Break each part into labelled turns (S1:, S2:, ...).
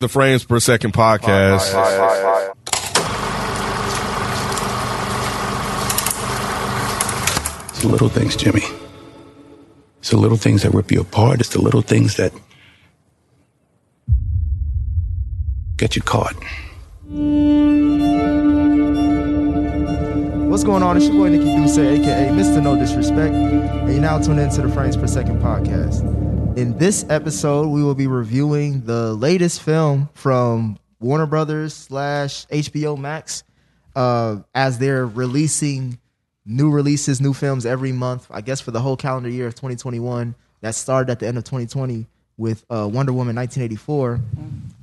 S1: the Frames Per Second podcast.
S2: It's the little things, Jimmy. It's the little things that rip you apart. It's the little things that get you caught.
S3: What's going on? It's your boy Nikki Duce, aka Mr. No Disrespect, and you're now tuned into the Frames Per Second podcast. In this episode, we will be reviewing the latest film from Warner Brothers slash HBO Max, uh, as they're releasing new releases, new films every month. I guess for the whole calendar year of 2021, that started at the end of 2020 with uh, Wonder Woman 1984.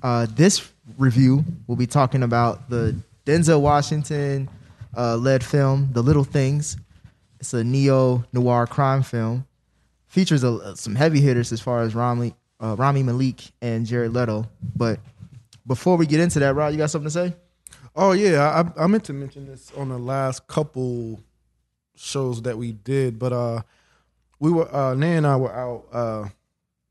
S3: Uh, this review will be talking about the Denzel Washington uh, led film, The Little Things. It's a neo noir crime film. Features a, some heavy hitters as far as Rami, uh, Rami Malik and Jared Leto. But before we get into that, Rod, you got something to say?
S4: Oh yeah, I, I meant to mention this on the last couple shows that we did, but uh, we were uh, Nan and I were out uh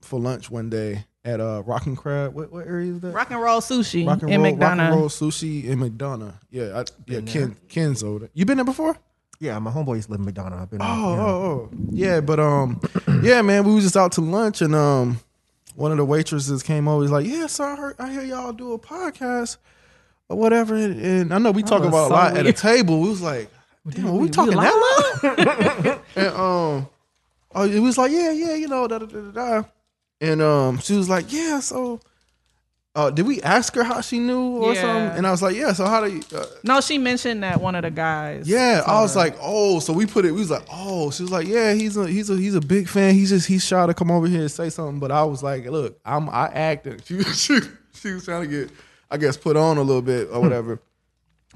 S4: for lunch one day at uh Rock and Crab. What, what area is that?
S5: Rock and roll sushi
S4: Rock and
S5: in
S4: roll, rock and roll
S5: McDonough.
S4: sushi in McDonough. Yeah, I, yeah. Ken, Ken's over. You been there before?
S6: Yeah, my homeboys live in McDonough. I've been
S4: Oh, oh, oh, yeah. But um, yeah, man, we was just out to lunch, and um, one of the waitresses came over. He's like, "Yeah, sir, I heard, I hear y'all do a podcast or whatever." And, and I know we talk
S5: was
S4: about a
S5: so
S4: lot at a
S5: weird.
S4: table. We was like, "Damn, were we talking that loud?" And um, oh, it was like, yeah, yeah, you know, da da da da. da. And um, she was like, yeah, so. Uh, did we ask her how she knew or
S5: Yeah.
S4: something? And I was like, yeah. So how do you? Uh,
S5: No, she mentioned that one of the guys.
S4: yeah, I
S5: told
S4: was
S5: her.
S4: like, oh. So we put it. We was like, oh. She was like, yeah. He's a he's a he's a big fan. He's just he's shy to come over here and say something. But I was like, look, I'm I acted. She was- she she was trying to get, I guess, put on a little bit or whatever.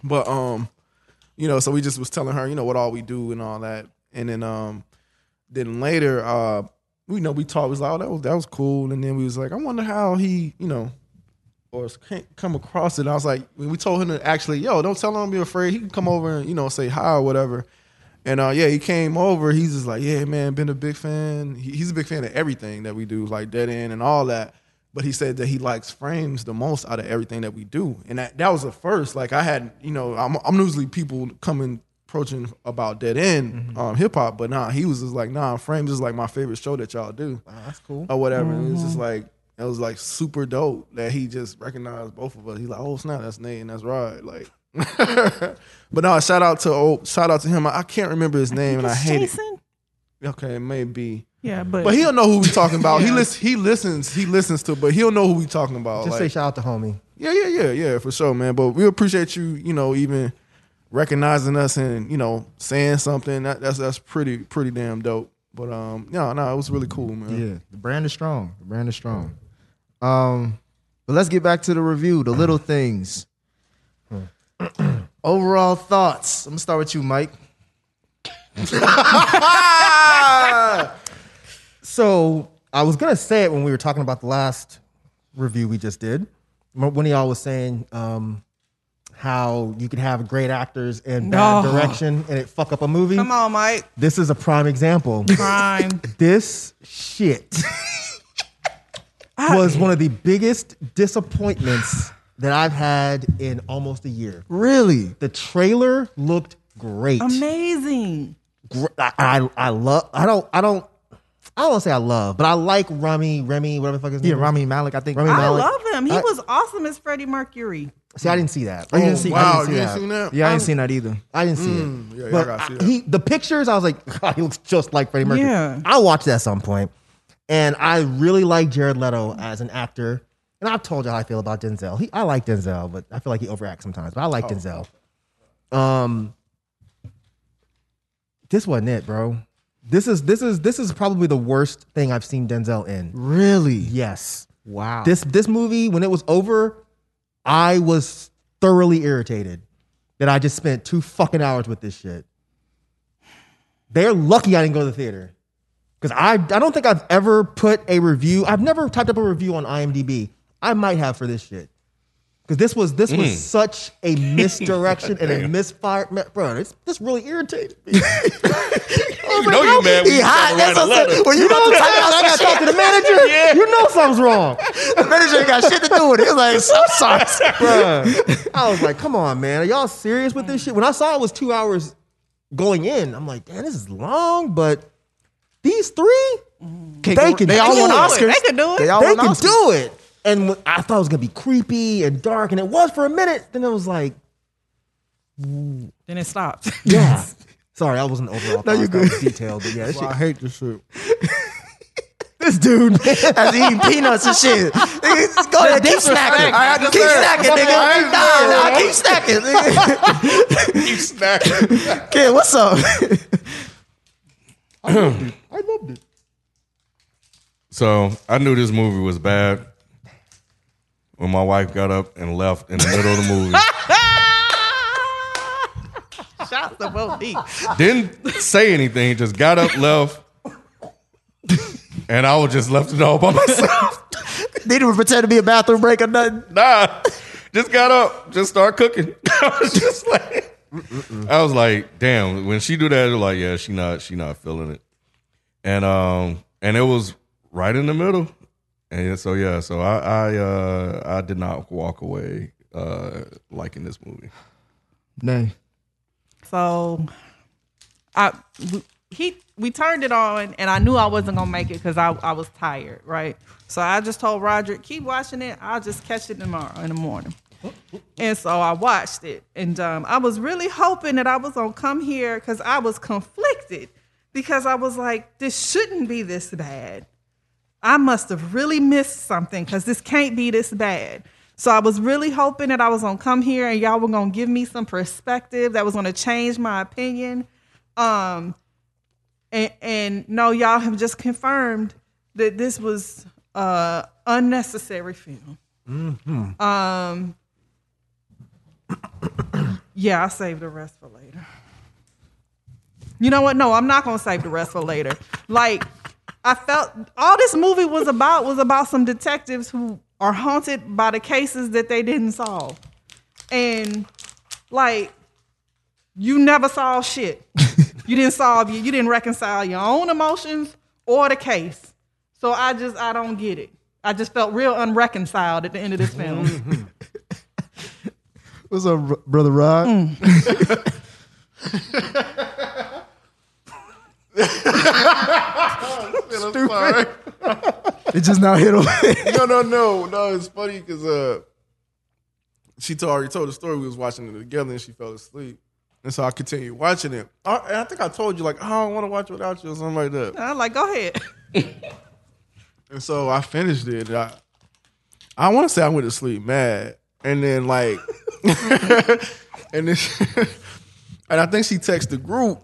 S4: But um, you know, so we just was telling her, you know, what all we do and all that. And then um then later, uh, we know we talked, we was like, oh, that was that was cool. And then we was like, I wonder how he, you know, or s- can't come across it. And I was like, we we told him to actually, yo, don't tell him to be afraid. He can come over and, you know, say hi or whatever. And uh, yeah, he came over. He's just like, yeah, man, been a big fan. He, he's a big fan of everything that we do, like Dead End and all that. But he said that he likes frames the most out of everything that we do, and that, that was the first. Like I had, you know, I'm, I'm usually people coming approaching about Dead End
S6: Mm-hmm.
S4: um, hip hop, but nah, he was just like, nah, frames is like my favorite show that y'all do
S6: that's cool. Mm-hmm.
S4: or whatever. And it's just like it was like super dope that he just recognized both of us. He's like, oh snap, that's Nate and that's Rod. Like, but no, shout out to old, shout out to him. I, I can't remember his name and I
S5: It's
S4: hate
S5: Jason.
S4: it. Okay, maybe.
S5: Yeah, but,
S4: But he'll know who we talking about. He listens. He listens. He listens to. But he'll know who we talking about.
S6: Just
S4: Oh, like-
S6: say shout out to homie.
S4: yeah, yeah, yeah, yeah, for sure, man. But we appreciate you, you know, even recognizing us and you know saying something. That, that's that's pretty pretty damn dope. But um, no, no, it was really cool, man.
S3: Yeah, the brand is strong. The brand is strong. Um, but let's get back to the review, the little things. Overall thoughts. I'm gonna start with you, Mike.
S6: So I was gonna say it when we were talking about the last review we just did. M- One of y'all was saying um, how you could have great actors and bad
S5: No.
S6: direction and it fuck up a movie.
S5: come on, Mike.
S6: This is a prime example.
S5: Prime.
S6: this shit was one of the biggest disappointments that I've had in almost a year.
S3: Really?
S6: The trailer looked great.
S5: Amazing.
S6: gr- I, I I love. I don't. I don't. I don't wanna say I love, but I like Rami, Remy, whatever the fuck his
S3: Yeah,
S6: name. is.
S3: Rami Malik. I think
S6: Rami
S5: I
S6: Malek.
S5: love him. He
S6: I-
S5: was awesome as Freddie Mercury.
S6: See, I didn't see that.
S3: I didn't see.
S4: Wow,
S3: I didn't see
S4: you ain't
S3: that.
S4: seen that?
S3: Yeah, I ain't seen that either.
S6: I didn't see it.
S4: Mm. yeah, yeah, I
S6: but
S4: gotta see
S6: I-
S4: that.
S6: he, the pictures, I was like, God, he looks just like Freddie Mercury.
S5: Yeah.
S6: I'll watch that at some point. And I really like Jared Leto as an actor. And I've told you how I feel about Denzel. He, I like Denzel, but I feel like he overacts sometimes. But I like Denzel. Um, this wasn't it, bro. This is this is this is probably the worst thing I've seen Denzel in.
S3: Really?
S6: Yes,
S3: Wow.
S6: this this movie when it was over i was thoroughly irritated that i just spent two fucking hours with this shit they're lucky i didn't go to the theater because I, I don't think i've ever put a review i've never typed up a review on imdb i might have for this shit Because this was this was such a misdirection and a misfire, Ma- bro. This, this really irritated me. you
S1: know you mad when
S6: He
S1: you
S6: hot.
S1: trying to
S6: That's
S1: write a
S6: what I'm saying.
S1: letter.
S6: When you know type out, I gotta talk to the manager. You know something's wrong. The manager ain't got shit to do with it. It's like so sorry, bro. I was like, come on, man. Are y'all serious with this shit? When I saw it was two hours going in, I'm like, damn, this is long, but these three, they can.
S7: They
S6: do
S7: all
S6: it
S7: won
S5: do it.
S7: Oscars.
S5: They can do it.
S7: They all
S6: they
S7: won
S6: can
S7: Oscars.
S6: do it. And when- I thought it was gonna be creepy and dark, and it was for a minute. Then it was like,
S5: Then it stopped.
S6: yeah. Sorry, I wasn't overall.
S7: No,
S6: thought.
S7: you're
S6: That was
S7: good.
S6: Detailed, but yeah, this, shit-
S4: hate this shit.
S6: this dude. man.
S7: As eating peanuts and shit. Nigga, Go ahead, keep snacking.
S4: I just
S7: Keep
S4: said-
S7: snacking,
S4: I
S7: nigga.
S4: just
S7: Nah,
S4: said-
S7: nah, keep snacking. nigga.
S1: You snapping.
S7: Kid, what's up?
S4: I loved it.
S1: So I knew this movie was bad when my wife got up and left in the middle of the movie.
S5: Shout to Bo D.
S1: Didn't say anything, just got up, left. And I was just left it all by myself.
S7: Neither would pretend to be a bathroom break or nothing.
S1: Nah. Just got up, just start cooking. I was just like I was like, damn, when she do that, they're like, yeah, she not she not feeling it. And um and it was right in the middle. And so yeah, so I I uh I did not walk away uh liking this movie.
S7: Nay.
S5: So, I we- he we turned it on, and I knew I wasn't gonna make it because I I was tired, right? So I just told Roger, keep watching it. I'll just catch it tomorrow in the morning. And so I watched it, and um, I was really hoping that I was gonna come here because I was conflicted because I was like, this shouldn't be this bad. I must have really missed something because this can't be this bad. So I was really hoping that I was gonna come here and y'all were gonna give me some perspective that was gonna change my opinion. Um, and, and no, y'all have just confirmed that this was uh unnecessary film. Um, yeah, I saved the rest for later. You know what? No, I'm not gonna save the rest for later. Like, I felt all this movie was about was about some detectives who are haunted by the cases that they didn't solve, and like, you never solve shit. you didn't solve you. You didn't reconcile your own emotions or the case. So I just I don't get it. I just felt real unreconciled at the end of this film.
S7: What's up, br- brother Rod? It just not hit him.
S4: no, no, no, no. It's funny because uh, she told, already told the story. We was watching it together, and she fell asleep, and so I continued watching it. I, and I think I told you like, "Oh, I don't want to watch it without you or something like that.
S5: I'm like, go ahead.
S4: And so I finished it. and I I want to say I went to sleep mad, and then like, and then she- and I think she texted the group.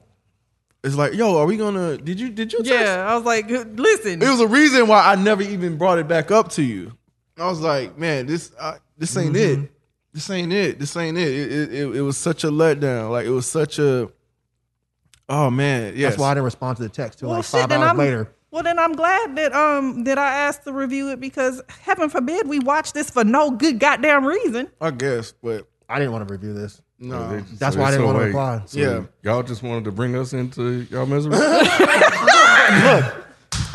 S4: It's like, yo, are we gonna? Did you did you? Text?
S5: Yeah, I was like, listen.
S4: It was a reason why I never even brought it back up to you. Mm-hmm. I was like, man, this I, this ain't it. This ain't it. This ain't it. It, it, it. it was such a letdown. Like it was such a. Oh man, yes.
S6: That's why I didn't respond to the text till
S5: Well,
S6: like
S5: shit,
S6: five
S5: then
S6: hours
S5: I'm,
S6: later.
S5: Well, then I'm glad that um that I asked to review it because heaven forbid we watch this for no good goddamn reason.
S4: I guess, but
S6: I didn't want to review this.
S4: no.
S6: Uh, That's why I didn't wanna reply.
S4: Yeah.
S1: yeah, y'all just wanted to bring us into y'all misery.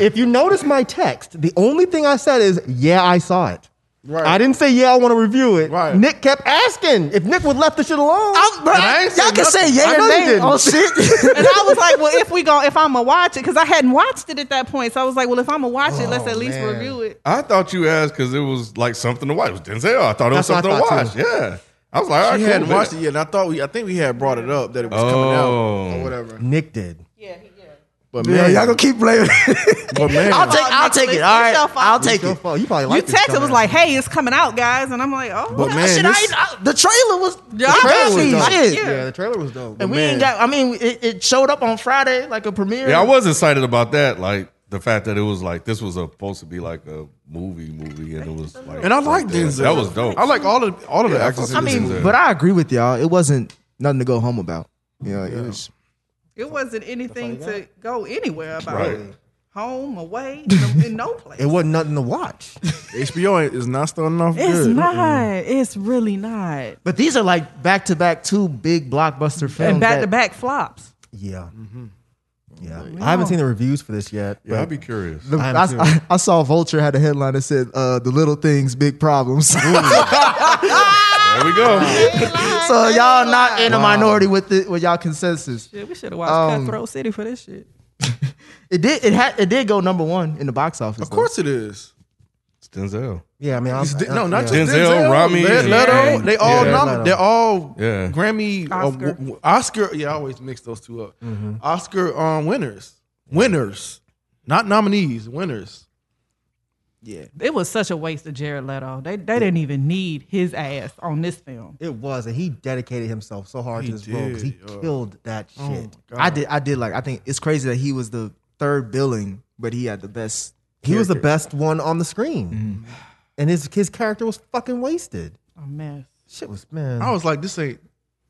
S6: If you notice my text, the only thing I said is, "Yeah, I saw it."
S4: Right.
S6: I didn't say, "Yeah, I want to review it."
S4: Right.
S6: Nick kept asking if Nick would left the shit alone.
S4: I ain't say
S7: Y'all can
S4: nothing.
S7: say yeah
S6: I know
S7: or
S6: you
S7: nay
S6: didn't.
S7: on shit.
S5: And I was like, well, if we go, if I'm gonna watch it, because I hadn't watched it at that point, so I was like, well, if I'm gonna watch it, let's at least
S6: man.
S5: review it.
S1: I thought you asked because it was like something to watch. It was Denzel. I thought it was
S6: That's
S1: something
S6: what I
S1: to
S6: thought,
S1: watch.
S6: too.
S1: Yeah, I was like, I
S4: She hadn't watched it yet, and I thought we, I think we had brought it up that it was coming out
S1: Oh.
S4: or whatever.
S6: Nick did.
S5: Yeah, yeah.
S4: But
S7: yeah,
S4: man,
S7: y'all gonna keep blaming.
S4: but man,
S7: I'll take. I'll take it. All right,
S5: It's your fault.
S7: I'll take
S6: Your
S7: it.
S6: fault. You probably
S5: You
S6: like this
S5: texted was
S6: dumbass.
S5: like, hey, it's coming out, guys, and I'm like, oh,
S4: But
S5: yeah,
S4: man,
S5: shit,
S7: Shit, I
S4: this-
S7: ain't- I- the trailer was the
S5: I
S7: trailer
S5: know
S7: was
S5: it was dope.
S7: shit.
S5: Yeah.
S6: Yeah, the trailer was dope.
S7: And we ain't got. I mean, it, it showed up on Friday like a premiere.
S1: Yeah, I was excited about that. Like the fact that it was like this was supposed to be like a movie movie, and it was like.
S4: and I like
S1: that.
S4: Denzel.
S1: That was dope.
S4: I like all the all of the actors. in
S7: I
S4: this
S7: mean,
S4: movie.
S7: but I agree with y'all. It wasn't nothing to go home about. Yeah, it was.
S5: it wasn't anything to go anywhere about.
S1: right.
S5: home, away, no- in no place.
S8: It wasn't nothing to watch.
S4: HBO ain't- is not starting off
S5: It's
S4: good.
S5: not. It's really not.
S8: But these are like back to back two big blockbuster films.
S5: And back to
S8: that-
S5: back flops.
S8: Yeah.
S6: Mm-hmm.
S8: Yeah. I haven't seen the reviews for this yet.
S1: Yeah, I'd
S8: but
S1: be curious.
S6: The- I, I, I saw Vulture had a headline that said uh, "The little things, big problems." so
S1: There we go.
S6: y'all not in a minority with the, with y'all consensus.
S5: Shit, we should have watched Cutthroat City for this shit.
S6: It did it had it did go number one in the box office.
S4: Of course it is.
S1: It's Denzel.
S8: yeah, I mean, I'm,
S4: It's De- no, not
S8: yeah.
S4: just
S1: Denzel,
S4: Denzel,
S1: Rami,
S4: Le-
S1: and-
S4: Leto. They all
S1: Yeah.
S4: nom-
S8: Leto.
S4: they're all
S1: Yeah.
S4: Grammy uh,
S5: Oscar.
S4: w- w- Oscar. Yeah, I always mix those two up.
S8: Mm-hmm.
S4: Oscar um, winners, winners, not nominees, winners.
S5: It was such a waste of Jared Leto. They they didn't even need his ass on this film.
S8: It was, and he dedicated himself so hard
S4: He
S8: to his role because he
S4: did, yo.
S8: killed that shit.
S4: God.
S6: I did I did like I think it's crazy that he was the third billing, but he had the best.
S8: he was the
S6: character.
S8: best one on the screen, and his his character was fucking wasted.
S5: A mess.
S8: Shit was man,
S4: I was like, this ain't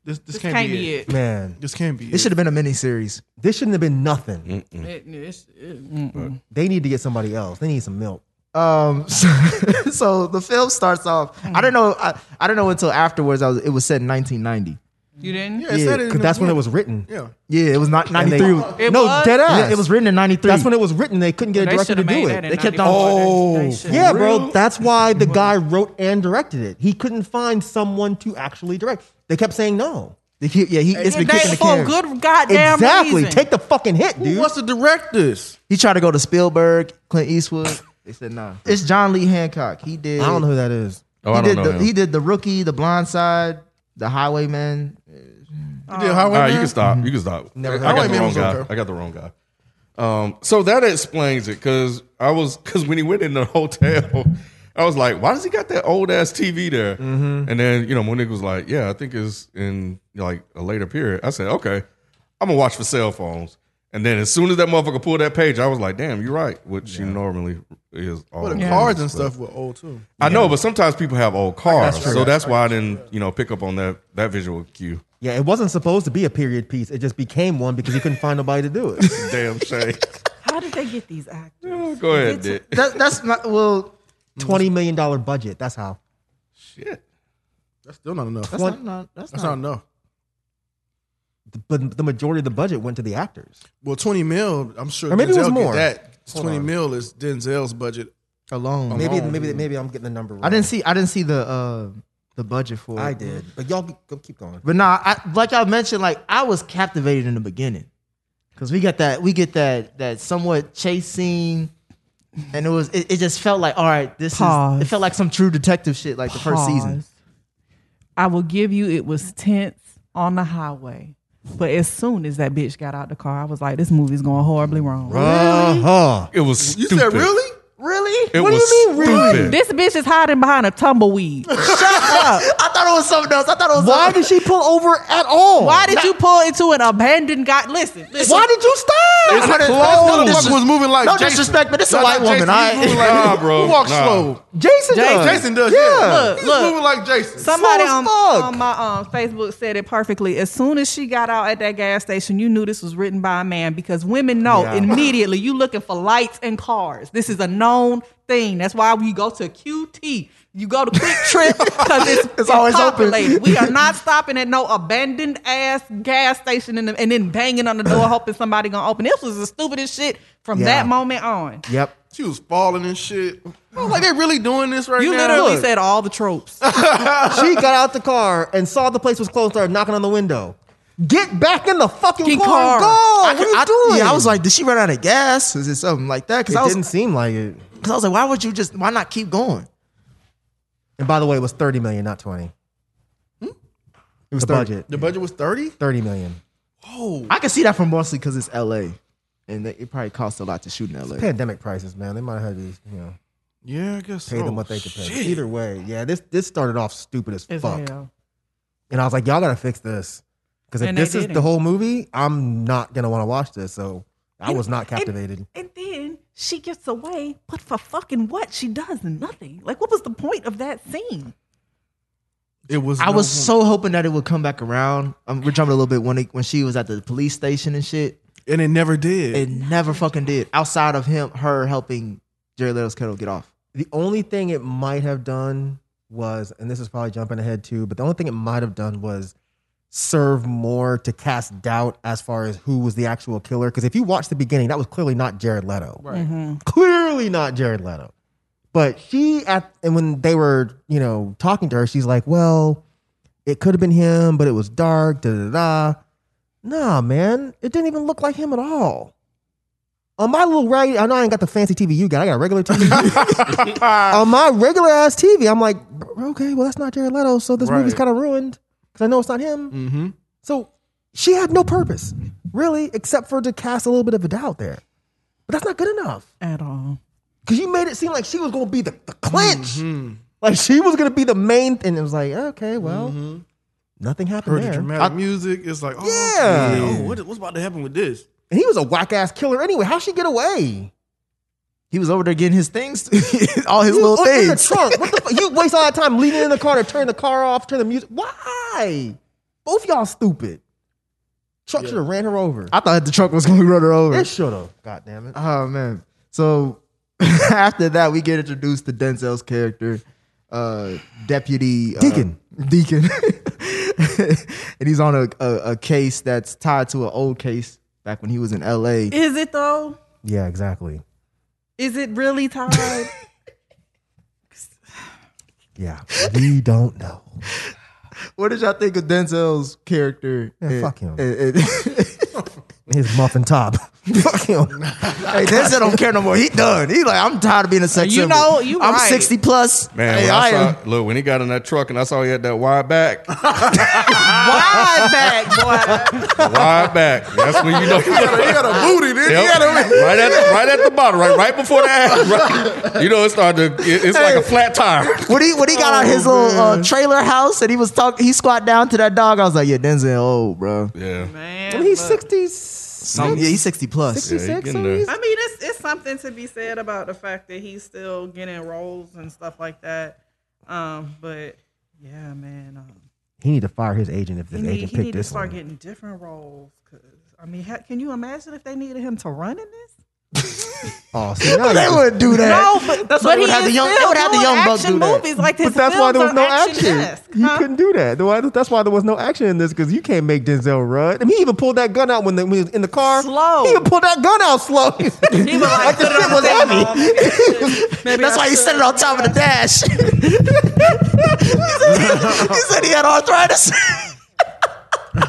S4: this. This,
S5: This
S4: can't, be, it.
S8: man.
S4: This can't be.
S6: It should have been a miniseries.
S8: This shouldn't have been nothing.
S5: It- it's- it- mm-mm.
S8: They need to get somebody else. They need some milk.
S6: Um, so, so the film starts off. I don't know. I, I don't know until afterwards. I was, it was set in 1990.
S5: You didn't?
S4: Yeah, it said it in
S8: 'cause
S4: the-
S8: that's when it was written.
S4: Yeah,
S6: Yeah, it was not
S8: And they-
S6: 93.
S5: It
S8: no,
S5: was?
S8: dead ass.
S6: Yeah, it was written in 93.
S8: That's when it was written. They couldn't get a
S5: They
S8: director
S5: should
S8: to
S5: have
S8: do
S5: made
S8: it.
S5: that in
S8: They kept
S5: 94.
S8: on.
S5: They- they
S1: Oh,
S5: should've-
S8: Yeah, bro. That's why the guy wrote and directed it. He couldn't find someone to actually direct. They kept saying no.
S6: They keep- yeah, he, it's been
S5: They-
S6: kicking the
S5: for
S6: can.
S5: a good goddamn
S8: exactly.
S5: reason.
S8: Take the fucking hit,
S4: who
S8: dude.
S4: wants to direct this?
S6: He tried to go to Spielberg, Clint Eastwood. They said nah. It's John Lee Hancock. He did.
S8: I don't know who that is.
S1: Oh,
S6: he
S1: I don't
S6: did
S1: know.
S6: the,
S1: him.
S6: He did the rookie, the Blind Side, the Highwayman.
S4: You did Highway
S1: All right, you
S4: Man?
S1: can stop. You can stop.
S8: Never
S1: I
S8: heard
S1: got
S8: of
S1: the
S4: him.
S1: wrong guy.
S4: Okay.
S1: I got the wrong guy. Um, so that explains it because I was because when he went in the hotel, I was like, why does he got that old ass TV there? And then you know Monique was like, yeah, I think it's in like a later period. I said, okay, I'm gonna watch for cell phones. And then as soon as that motherfucker pulled that page, I was like, damn, you're right. Which she normally is. All
S4: Well, the
S1: over.
S4: cards and stuff were old too.
S1: I know, but sometimes people have old cars,
S8: true.
S1: so that's why I didn't you know pick up on that that visual cue.
S8: Yeah, it wasn't supposed to be a period piece. It just became one because he couldn't find nobody to do it.
S1: Damn shame.
S5: How did they get these actors?
S1: Go ahead,
S5: It's-
S1: Dick.
S6: That, that's not well.
S8: Twenty million dollar budget. That's how.
S1: Shit.
S4: That's still not enough.
S6: That's
S4: That's,
S8: What?
S6: not, not- that's,
S4: not
S6: not.
S4: enough.
S8: But the majority of the budget went to the actors.
S4: Well, twenty mil. I'm sure.
S8: Or maybe it was
S4: Denzel get
S8: more.
S4: That
S8: Hold
S4: twenty
S8: on.
S4: mil is Denzel's budget.
S6: alone.
S8: Maybe,
S4: on,
S8: maybe,
S4: dude.
S8: maybe I'm getting the number wrong.
S6: I didn't see. I didn't see the uh, the budget for. it.
S8: I did. But y'all be- go keep going.
S6: But nah, I, like I mentioned, like I was captivated in the beginning because we got that we get that that somewhat chase scene, and it was it, it just felt like all right, this
S5: Pause.
S6: is it felt like some True Detective shit like the first season.
S5: Pause. I will give you it was tense on the highway. But as soon as that bitch got out the car, I was like, this movie's going horribly wrong.
S8: Uh-huh.
S1: It was
S4: You
S1: stupid.
S4: said really?
S5: Really?
S1: It was stupid.
S5: This bitch is hiding behind a tumbleweed.
S6: I thought it was something else. I thought it was
S8: Why
S6: something-
S8: did she pull over at all?
S5: Why did you pull into an abandoned guy? Listen, listen.
S8: Why did you
S4: This
S8: stop?
S4: motherfucker
S6: disres-
S4: was moving like
S6: no
S4: Jason.
S6: disrespect, but it's a
S4: Not
S6: white
S4: like
S6: woman,
S4: Jason.
S6: all
S4: He was moving
S1: right?
S4: like-
S1: Nah, bro.
S4: Who walks
S1: Nah.
S4: slow?
S8: Jason does.
S4: Jason does.
S8: Yeah.
S4: Yeah,
S5: Look,
S4: he's
S5: look.
S4: moving like Jason.
S5: Somebody
S8: Slow as
S5: on,
S8: fuck.
S5: on my um, Facebook said it perfectly. As soon as she got out at that gas station, you knew this was written by a man because women know
S8: Yeah.
S5: immediately you looking for lights and cars. This is a known thing. That's why we go to QT. You go to Quick Trip because it's, it's,
S6: always open.
S5: populated. We are not stopping at no abandoned ass gas station and, and then banging on the door hoping somebody gonna open. This was the stupidest shit from
S8: Yeah.
S5: that moment on.
S8: Yep.
S4: She was falling and shit. I was like, they really doing this right
S5: You
S4: now?
S5: literally
S4: Look,
S5: said all the tropes.
S8: She got out the car and saw the place was closed, started knocking on the window. Get back in the fucking
S5: Fucking
S8: car.
S5: car.
S8: and Go.
S6: could-
S8: What are you doing?
S6: Yeah, I was like, did she run out of gas? Is it something like that? Because
S8: it
S6: I was,
S8: didn't seem like it.
S6: 'cause I was like, why would you just? Why not keep going?
S8: And by the way, it was 30 million, not 20. It was the
S6: 30.
S8: budget.
S4: the budget was thirty.
S8: 30 million.
S6: I can see that from mostly because it's L.A. and they, it probably costs a lot to shoot in L.A.
S8: Pandemic prices, man. They might have to, you know,
S4: Yeah, I guess.
S8: pay
S6: Oh,
S4: so.
S8: them what they could pay.
S4: Shit.
S8: Either way, yeah, this this started off stupid as
S5: As
S8: fuck.
S5: hell.
S8: And I was like, y'all gotta fix this. Because if
S5: And they
S8: this is
S5: didn't.
S8: the whole movie, I'm not gonna wanna watch this. So I was not captivated.
S5: And then she gets away, but for fucking what? She does nothing. Like, what was the point of that scene?
S4: It was.
S6: I
S4: no
S6: was
S4: one-
S6: so hoping that it would come back around. Um, we're jumping a little bit when it, when she was at the police station and shit.
S4: and it never did.
S9: It never fucking did. Outside of him, her helping Jerry Leto's kettle get off.
S8: The only thing it might have done was, and this is probably jumping ahead too, but the only thing it might have done was serve more to cast doubt as far as who was the actual killer. Because if you watch the beginning, that was clearly not Jared Leto.
S4: Right.
S8: Clearly not Jared Leto. But she at and when they were, you know, talking to her, she's like, Well, it could have been him, but it was dark, da da da. Nah, man, it didn't even look like him at all. On my little right, I know I ain't got the fancy TV you got. I got a regular TV. On my regular ass TV, I'm like, "Bro, okay, well that's not Jared Leto, so this movie's
S4: Right.
S8: kind of ruined because I know it's not him.
S4: Mm-hmm.
S8: So she had no purpose, really, except for to cast a little bit of a doubt there. But that's not good enough
S5: at all.
S8: because you made it seem like she was going to be the, the clinch,
S4: Mm-hmm.
S8: like she was going to be the main. And it was like, okay, well, nothing happened
S4: Mm-hmm. Heard the
S8: there.
S4: dramatic music. It's like, oh,
S8: Yeah.
S4: okay, oh, what, what's about to happen with this?
S8: and he was a whack ass killer anyway. How'd she get away?
S9: He was over there getting his things, all his
S8: You
S9: little
S8: was in the
S9: things.
S8: trunk. What the fuck? You waste all that time leaning in the car to turn the car off, turn the music. Why? Both y'all stupid. Truck should have ran her over.
S9: I thought the truck was going to run her over.
S8: it should have. God damn it.
S9: Oh man. So after that, we get introduced to Denzel's character, uh, Deputy uh,
S8: Deacon.
S9: Deacon, and he's on a, a a case that's tied to an old case back when he was in L.A.
S5: Is it though?
S8: Yeah, exactly.
S5: Is it really tied?
S8: Yeah, we don't know.
S9: What did y'all think of Denzel's character?
S8: Yeah, fuck him.
S9: And- and-
S8: His muffin top. Fuck him.
S9: hey, Denzel don't care no more. He done. He like, I'm tired of being a sex.
S5: You
S9: symbol.
S5: know, you
S9: I'm
S5: right.
S9: 60 plus.
S1: Man,
S9: hey,
S1: when
S9: I
S1: I
S9: am.
S1: saw, look, when he got in that truck and I saw he had that wide back,
S5: Why back, boy?
S1: wide back. That's when you know he got
S4: He got a booty, dude.
S1: Yep. right at the, right at the bottom, right right before the ass. Right. You know, it started. To, it- it's like a flat tire.
S9: When he when he
S8: Oh,
S9: got out his little uh, trailer house and he was talking, he squat down to that dog. I was like, yeah, Denzel, old bro.
S1: Yeah,
S5: Man,
S8: He's
S5: look.
S8: 60.
S9: Some- yeah, he's 60 plus.
S1: yeah, he getting there.
S5: I mean, it's it's something to be said about the fact that he's still getting roles and stuff like that. Um, but yeah, man, um,
S8: He need to fire his agent if
S5: he
S8: this
S5: need,
S8: agent
S5: he need
S8: picked
S5: to
S8: this
S5: start
S8: one.
S5: getting different roles. Cause I mean, heck, can you imagine if they needed him to run in this?
S8: oh, see, now you
S9: They
S8: just-
S9: wouldn't do that.
S5: No, but
S9: That's
S5: but
S9: why they would
S5: he
S9: have the
S5: is
S9: young- they
S5: still
S9: would have the
S5: doing
S9: young buck
S5: action
S9: do that.
S5: movies like his
S8: But that's why there was
S5: films
S8: no
S5: are
S8: action.
S5: action-esque,
S8: You
S5: huh?
S8: couldn't do that. Why- That's why there was no action in this because you can't make Denzel Rudd. I mean, he even pulled that gun out when, the, when he was in the car.
S5: Slow.
S8: He even pulled that gun out slow.
S5: He was like,
S8: the
S5: put it
S8: shit
S5: on the
S8: was
S5: table.
S8: heavy.
S5: Maybe I should- maybe
S9: That's
S5: I
S9: why he
S5: should.
S9: said it on top of the dash. he, said, he said he had arthritis.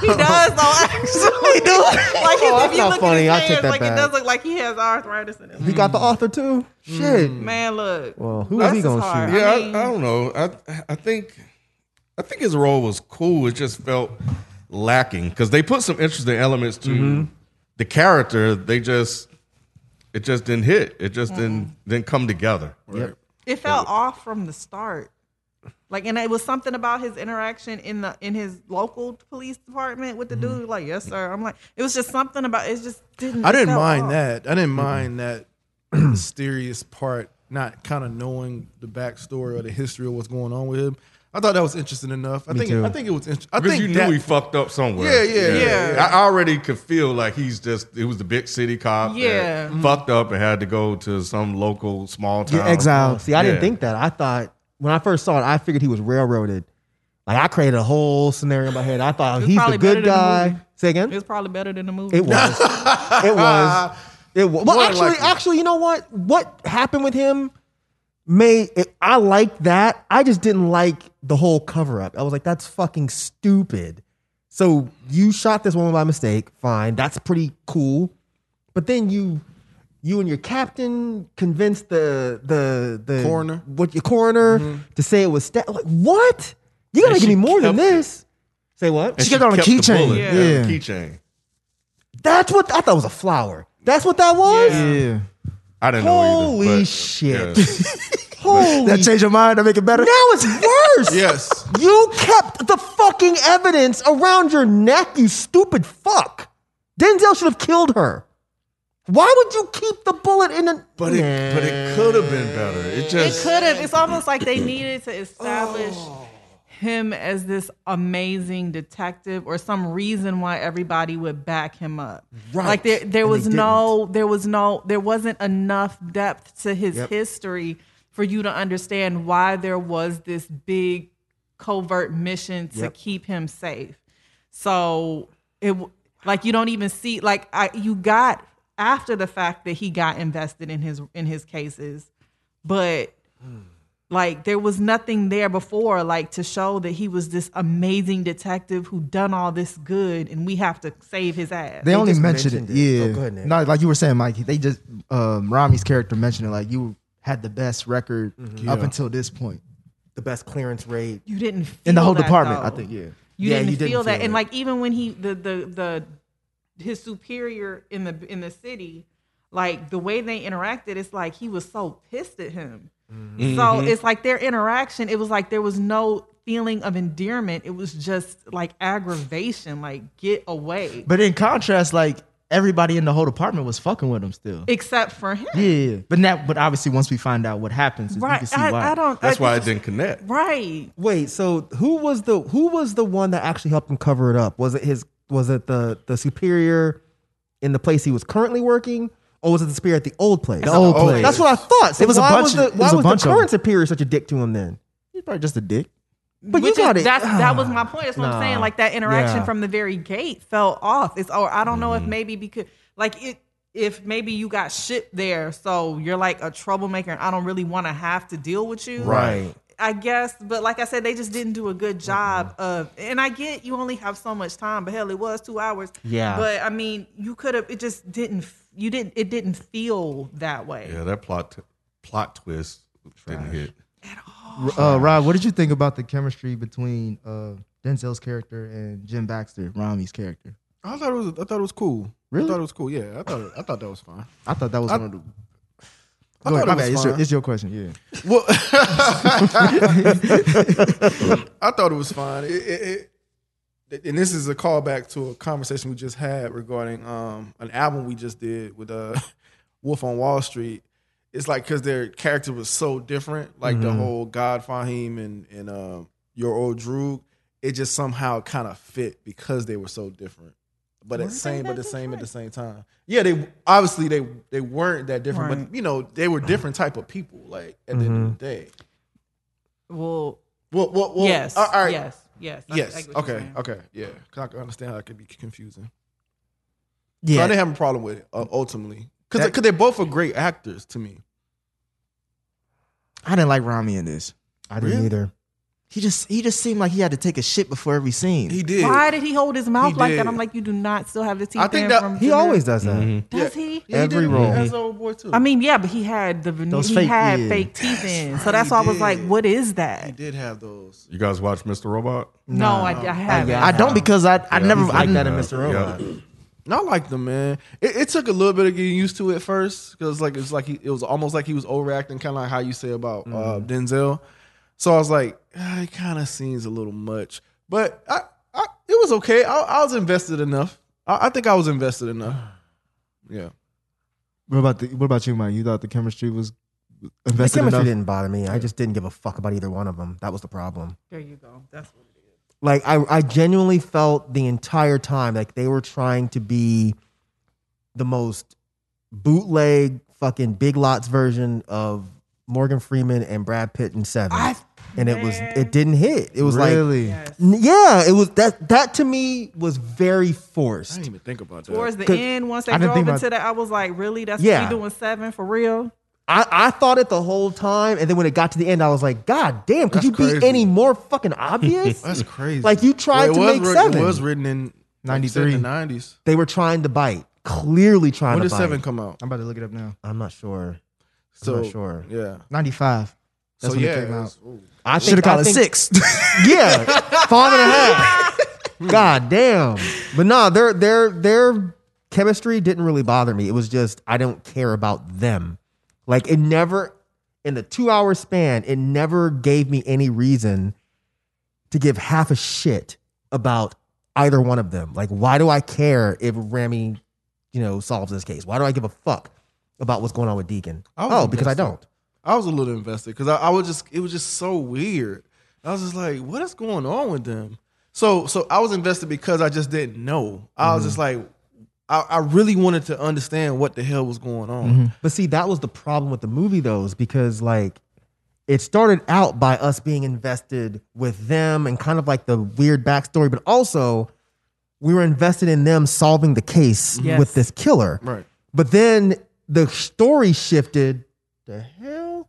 S5: He does though. Actually,
S9: do.
S5: Like
S8: Oh,
S5: if
S8: that's
S5: you
S8: not
S5: look
S8: funny. I
S5: at his
S8: take
S5: hands,
S8: that
S5: like
S8: back.
S5: it does look like he has arthritis in his
S8: he got the author too. Shit.
S5: Mm. Man, look.
S8: Well, who was he
S5: That's
S8: gonna
S5: his heart.
S8: shoot?
S1: Yeah, I,
S5: mean-
S1: I don't know. I I think I think his role was cool. It just felt lacking because they put some interesting elements to
S4: Mm-hmm.
S1: the character. They just it just didn't hit. It
S4: Mm-hmm.
S1: just didn't didn't come together.
S5: it felt off from the start. Like, and it was something about his interaction in the in his local police department with the
S8: Mm-hmm.
S5: dude. Like, yes, sir. I'm like, it was just something about it. Just didn't.
S4: I
S5: it
S4: didn't
S5: felt
S4: mind
S5: off.
S4: that. I didn't mind that mysterious part, not kind of knowing the backstory or the history of what's going on with him. I thought that was interesting enough. I think I think it was interesting. I
S1: Because
S4: think
S1: you knew
S4: that,
S1: he fucked up somewhere.
S4: Yeah, yeah, yeah, yeah.
S1: I already could feel like he's just it was the big city cop. that
S5: Yeah.
S4: Mm-hmm.
S5: Mhm.
S1: fucked up and had to go to some local small town.
S8: Yeah, exile. See, I
S1: Yeah.
S8: didn't think that. I thought when I first saw it, I figured he was railroaded. Like I created a whole scenario in my head. I thought oh,
S5: It's
S8: he's
S5: probably
S8: the
S5: better
S8: good
S5: than the
S8: guy.
S5: movie.
S8: Say again.
S5: It was probably better than the movie.
S8: It was. it was. It was. Well,
S4: More
S8: actually,
S4: likely.
S8: actually, you know what? What happened with him? May it, I like that? I just didn't like the whole cover up. I was like, that's fucking stupid. So you shot this woman by mistake. Fine, that's pretty cool. But then you, you and your captain convinced the the the
S4: Coroner.
S8: what your coroner to say it was stat. Like what? You gotta give me more than this. Say what?
S1: And
S9: She got on a
S1: kept the
S9: keychain.
S1: bullet.
S5: Yeah.
S1: That was a
S9: Yeah.
S1: keychain.
S8: That's what I thought it was a flower. That's what that was.
S5: Yeah.
S9: Yeah.
S1: I didn't know
S8: Holy
S1: either. but,
S8: shit.
S1: yeah.
S8: Holy.
S9: That changed your mind to make it better?
S8: now it's worse.
S4: yes.
S8: You kept the fucking evidence around your neck, you stupid fuck. Denzel should have killed her. Why would you keep the bullet in the.
S1: But it, but it could have been better. It
S5: It
S1: just
S8: Oh.
S5: could have. It's almost like they needed to establish him as this amazing detective or some reason why everybody would back him up.
S8: Right.
S5: Like there there
S8: And
S5: was
S8: they
S5: no there was no there wasn't enough depth to his
S8: Yep.
S5: history for you to understand why there was this big covert mission to
S8: Yep.
S5: keep him safe. So it w- like you don't even see like I you got after the fact that he got invested in his in his cases, but like there was nothing there before like to show that he was this amazing detective who done all this good and we have to save his ass.
S9: They, only
S8: just
S9: mentioned,
S8: mentioned
S9: it.
S8: it.
S9: Yeah.
S8: Oh, go ahead, Nick.
S9: Not like you were saying, Mike. They just um, Rami's character mentioned it. Like you had the best record up until this point
S8: the best clearance rate.
S5: you didn't feel
S9: in the whole
S5: that,
S9: department. I
S5: though.
S9: think. Yeah.
S5: You,
S8: Yeah,
S5: didn't,
S8: you didn't
S5: feel that.
S8: feel
S5: And
S8: it.
S5: like even when he the the the his superior in the in the city, like the way they interacted, it's like he was so pissed at him. So it's like their interaction, it was like there was no feeling of endearment. It was just like aggravation, like get away.
S9: But in contrast, like everybody in the whole department was fucking with him still.
S5: Except for him.
S9: yeah. But now, but obviously, once we find out what happens, right.
S5: Right.
S9: can see why.
S5: I, I don't
S1: That's
S5: I,
S1: why it didn't connect.
S5: Right.
S8: Wait, so who was the who was the one that actually helped him cover it up? Was it his was it the the superior in the place he was currently working? Or was it the superior at the old place?
S9: The old place.
S8: That's what I thought. So
S9: It was a
S8: why
S9: bunch
S8: was
S9: of-
S8: the
S9: it
S8: why
S9: was a
S8: was,
S9: bunch
S8: the
S9: of
S8: current superior such a dick to him then?
S9: He's probably just a dick.
S8: But you
S5: Which
S8: got
S5: is,
S8: it. Ah,
S5: That's, that was my point. That's what
S8: Nah.
S5: I'm saying. Like that interaction
S8: Yeah. Mm.
S5: from the very gate fell off. It's or I don't know if maybe because like it if maybe you got shipped there, so you're like a troublemaker, and I don't really want to have to deal with you.
S8: Right.
S5: I guess, but like I said, they just didn't do a good job of. And I get you only have so much time, but hell, it was two hours.
S8: Yeah.
S5: But I mean, you could have. It just didn't. You didn't. It didn't feel that way.
S1: Yeah, that plot t- plot twist didn't hit.
S9: Uh, Rob, what did you think about the chemistry between uh, Denzel's character and Jim Baxter, Rami's character?
S4: I thought it was. I thought it was cool.
S9: Really?
S4: I thought it was cool. Yeah, I thought. It, I thought that was fine.
S9: I thought that was
S4: I-
S9: one of the.
S4: I
S9: Go
S4: thought
S9: ahead, my
S4: it was
S9: bad. It's
S4: fine.
S9: your, it's your question. Yeah.
S4: Well, I thought it was fine. It, it, it, and this is a callback to a conversation we just had regarding um, an album we just did with uh, Wolf on Wall Street. It's like because their character was so different, like the whole God Fahim and and uh, your old Droog. It just somehow kind of fit because they were so different, but at
S5: Weren't
S4: the
S5: they
S4: same, but
S5: that
S4: the same at the same time. Yeah, they obviously they they weren't that different,
S5: Right.
S4: but you know they were different type of people. Like at the end of the day.
S5: Well,
S4: Well, well, well
S5: yes,
S4: All right.
S5: yes, yes, I- I
S4: Yes.
S5: get what you're
S4: okay.
S5: saying.
S4: Okay. Yeah. 'Cause I can understand how it could be confusing. So I
S8: Yeah.
S4: didn't have a problem with it uh, ultimately because they both are great actors to me.
S9: I didn't like Rami in this.
S8: I didn't
S4: Really?
S8: either.
S9: He just he just seemed like he had to take a shit before every scene.
S4: He did.
S5: Why did he hold his mouth
S4: He
S5: like
S4: did.
S5: that? I'm like, you do not still have the teeth.
S4: I think
S5: in
S4: that-
S5: from
S8: He
S5: Jamaica.
S8: always does that.
S9: Mm-hmm.
S5: does. He.
S4: Yeah, he
S9: Every
S4: did
S9: role.
S4: As an old boy too.
S5: I mean, yeah, but he had the veneer.
S9: Those
S5: He
S9: fake-
S5: had
S9: yeah.
S5: fake teeth in, so
S4: right,
S5: that's
S4: he
S5: why I was like,
S4: did.
S5: "What is
S4: he
S5: that?"
S4: did have those.
S1: You guys watch Mr. Robot?
S5: No, I, I haven't.
S8: yeah.
S9: I don't because I I never
S8: he's
S9: I
S8: like that in
S9: didn't-
S8: Mr. Robot.
S1: Yeah.
S4: Not like them, man. It, it took a little bit of getting used to at first because like it's like he, it was almost like he was overacting, kind of like how you say about uh,
S5: Mm-hmm.
S4: Denzel. So I was like, ah, it kind of seems a little much, but I, I it was okay. I, I was invested enough. I, I think I was invested enough. Yeah.
S9: What about the, what about you, Mike? You thought the chemistry was
S8: The
S9: invested
S8: chemistry
S9: enough?
S8: didn't bother me. I just didn't give a fuck about either one of them. That was the problem.
S5: There you go. That's what it is.
S8: Like I, I genuinely felt the entire time like they were trying to be the most bootleg fucking Big Lots version of Morgan Freeman and Brad Pitt and Seven,
S5: I-
S8: and it was it didn't hit. It was like
S9: really.
S5: Yes.
S8: N- yeah, it was that that to me was very forced.
S4: I didn't even think about that.
S5: Towards the
S8: 'Cause
S5: end, once they
S9: I didn't
S5: drove
S9: think
S5: into
S9: about-
S5: that, I was like, "Really? That's
S8: Yeah.
S5: what you doing seven for real?"
S8: I, I thought it the whole time, and then when it got to the end, I was like, God damn, could
S4: That's
S8: you be
S4: crazy.
S8: any more fucking obvious?
S4: That's crazy.
S8: Mm. like you
S4: Well,
S8: tried
S4: it
S8: to
S4: was
S8: make
S4: writ-
S8: seven.
S4: It was written in ninety three,
S9: 93.
S4: the nineties.
S8: They were trying to bite. Clearly trying
S4: When
S8: to
S4: did
S8: bite.
S4: seven come out?
S9: I'm about to look it up now.
S8: I'm not sure.
S4: So
S8: not sure.
S4: Yeah.
S9: Ninety five. That's
S4: so
S9: when
S4: yeah,
S9: it came
S4: it
S9: out.
S4: was- ooh.
S8: I
S9: Should have
S8: think- I
S9: called it
S8: think-
S9: six.
S8: Yeah, five and a half. God damn. But nah, their their their chemistry didn't really bother me. It was just I don't care about them. Like it never in the two hour span, it never gave me any reason to give half a shit about either one of them. Like, why do I care if Rami, you know, solves this case? Why do I give a fuck about what's going on with Deacon?
S4: I was
S8: oh, because I
S4: invested.
S8: don't.
S4: I was a little invested because I, I was just it was just so weird. I was just like, what is going on with them? So so I was invested because I just didn't know. I
S8: Mm-hmm.
S4: was just like, I, I really wanted to understand what the hell was going on.
S8: But see, that was the problem with the movie, though, is because like it started out by us being invested with them and kind of like the weird backstory, but also we were invested in them solving the case
S5: Yes.
S8: with this killer.
S4: Right.
S8: But then the story shifted. The hell?
S9: Oh,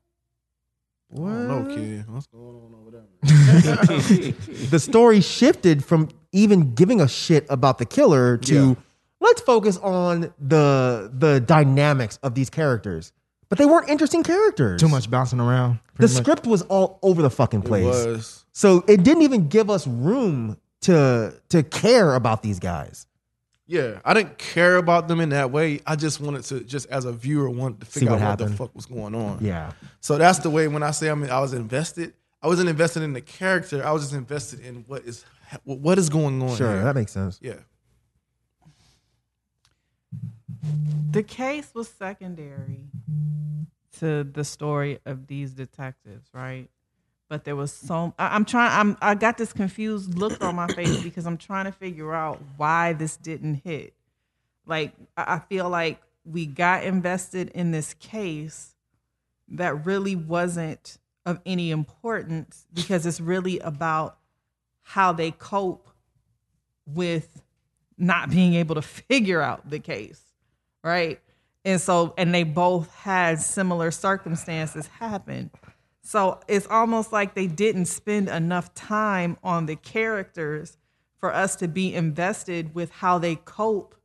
S8: What?
S4: No kid, what's going on over there?
S8: the story shifted from even giving a shit about the killer to let's focus on the the dynamics of these characters. But they weren't interesting characters.
S9: Too much bouncing around.
S8: The
S9: pretty much.
S8: script was all over the fucking
S4: It
S8: place.
S4: was
S8: So it didn't even give us room to to care about these guys.
S4: yeah. I didn't care about them in that way. I just wanted to just as a viewer wanted to figure
S8: what
S4: out what
S8: happened.
S4: the fuck was going on.
S8: Yeah.
S4: So that's the way when I say I'm, I was invested. I wasn't invested in the character. I was just invested in what is what is going on.
S8: Sure,
S4: here.
S8: that makes sense.
S4: yeah.
S5: The case was secondary to the story of these detectives, right? But there was so I, I'm trying. I'm I got this confused look on my face because I'm trying to figure out why this didn't hit. Like I, I feel like we got invested in this case that really wasn't of any importance because it's really about how they cope with not being able to figure out the case, right? And so, and they both had similar circumstances happen. So it's almost like they didn't spend enough time on the characters for us to be invested with how they cope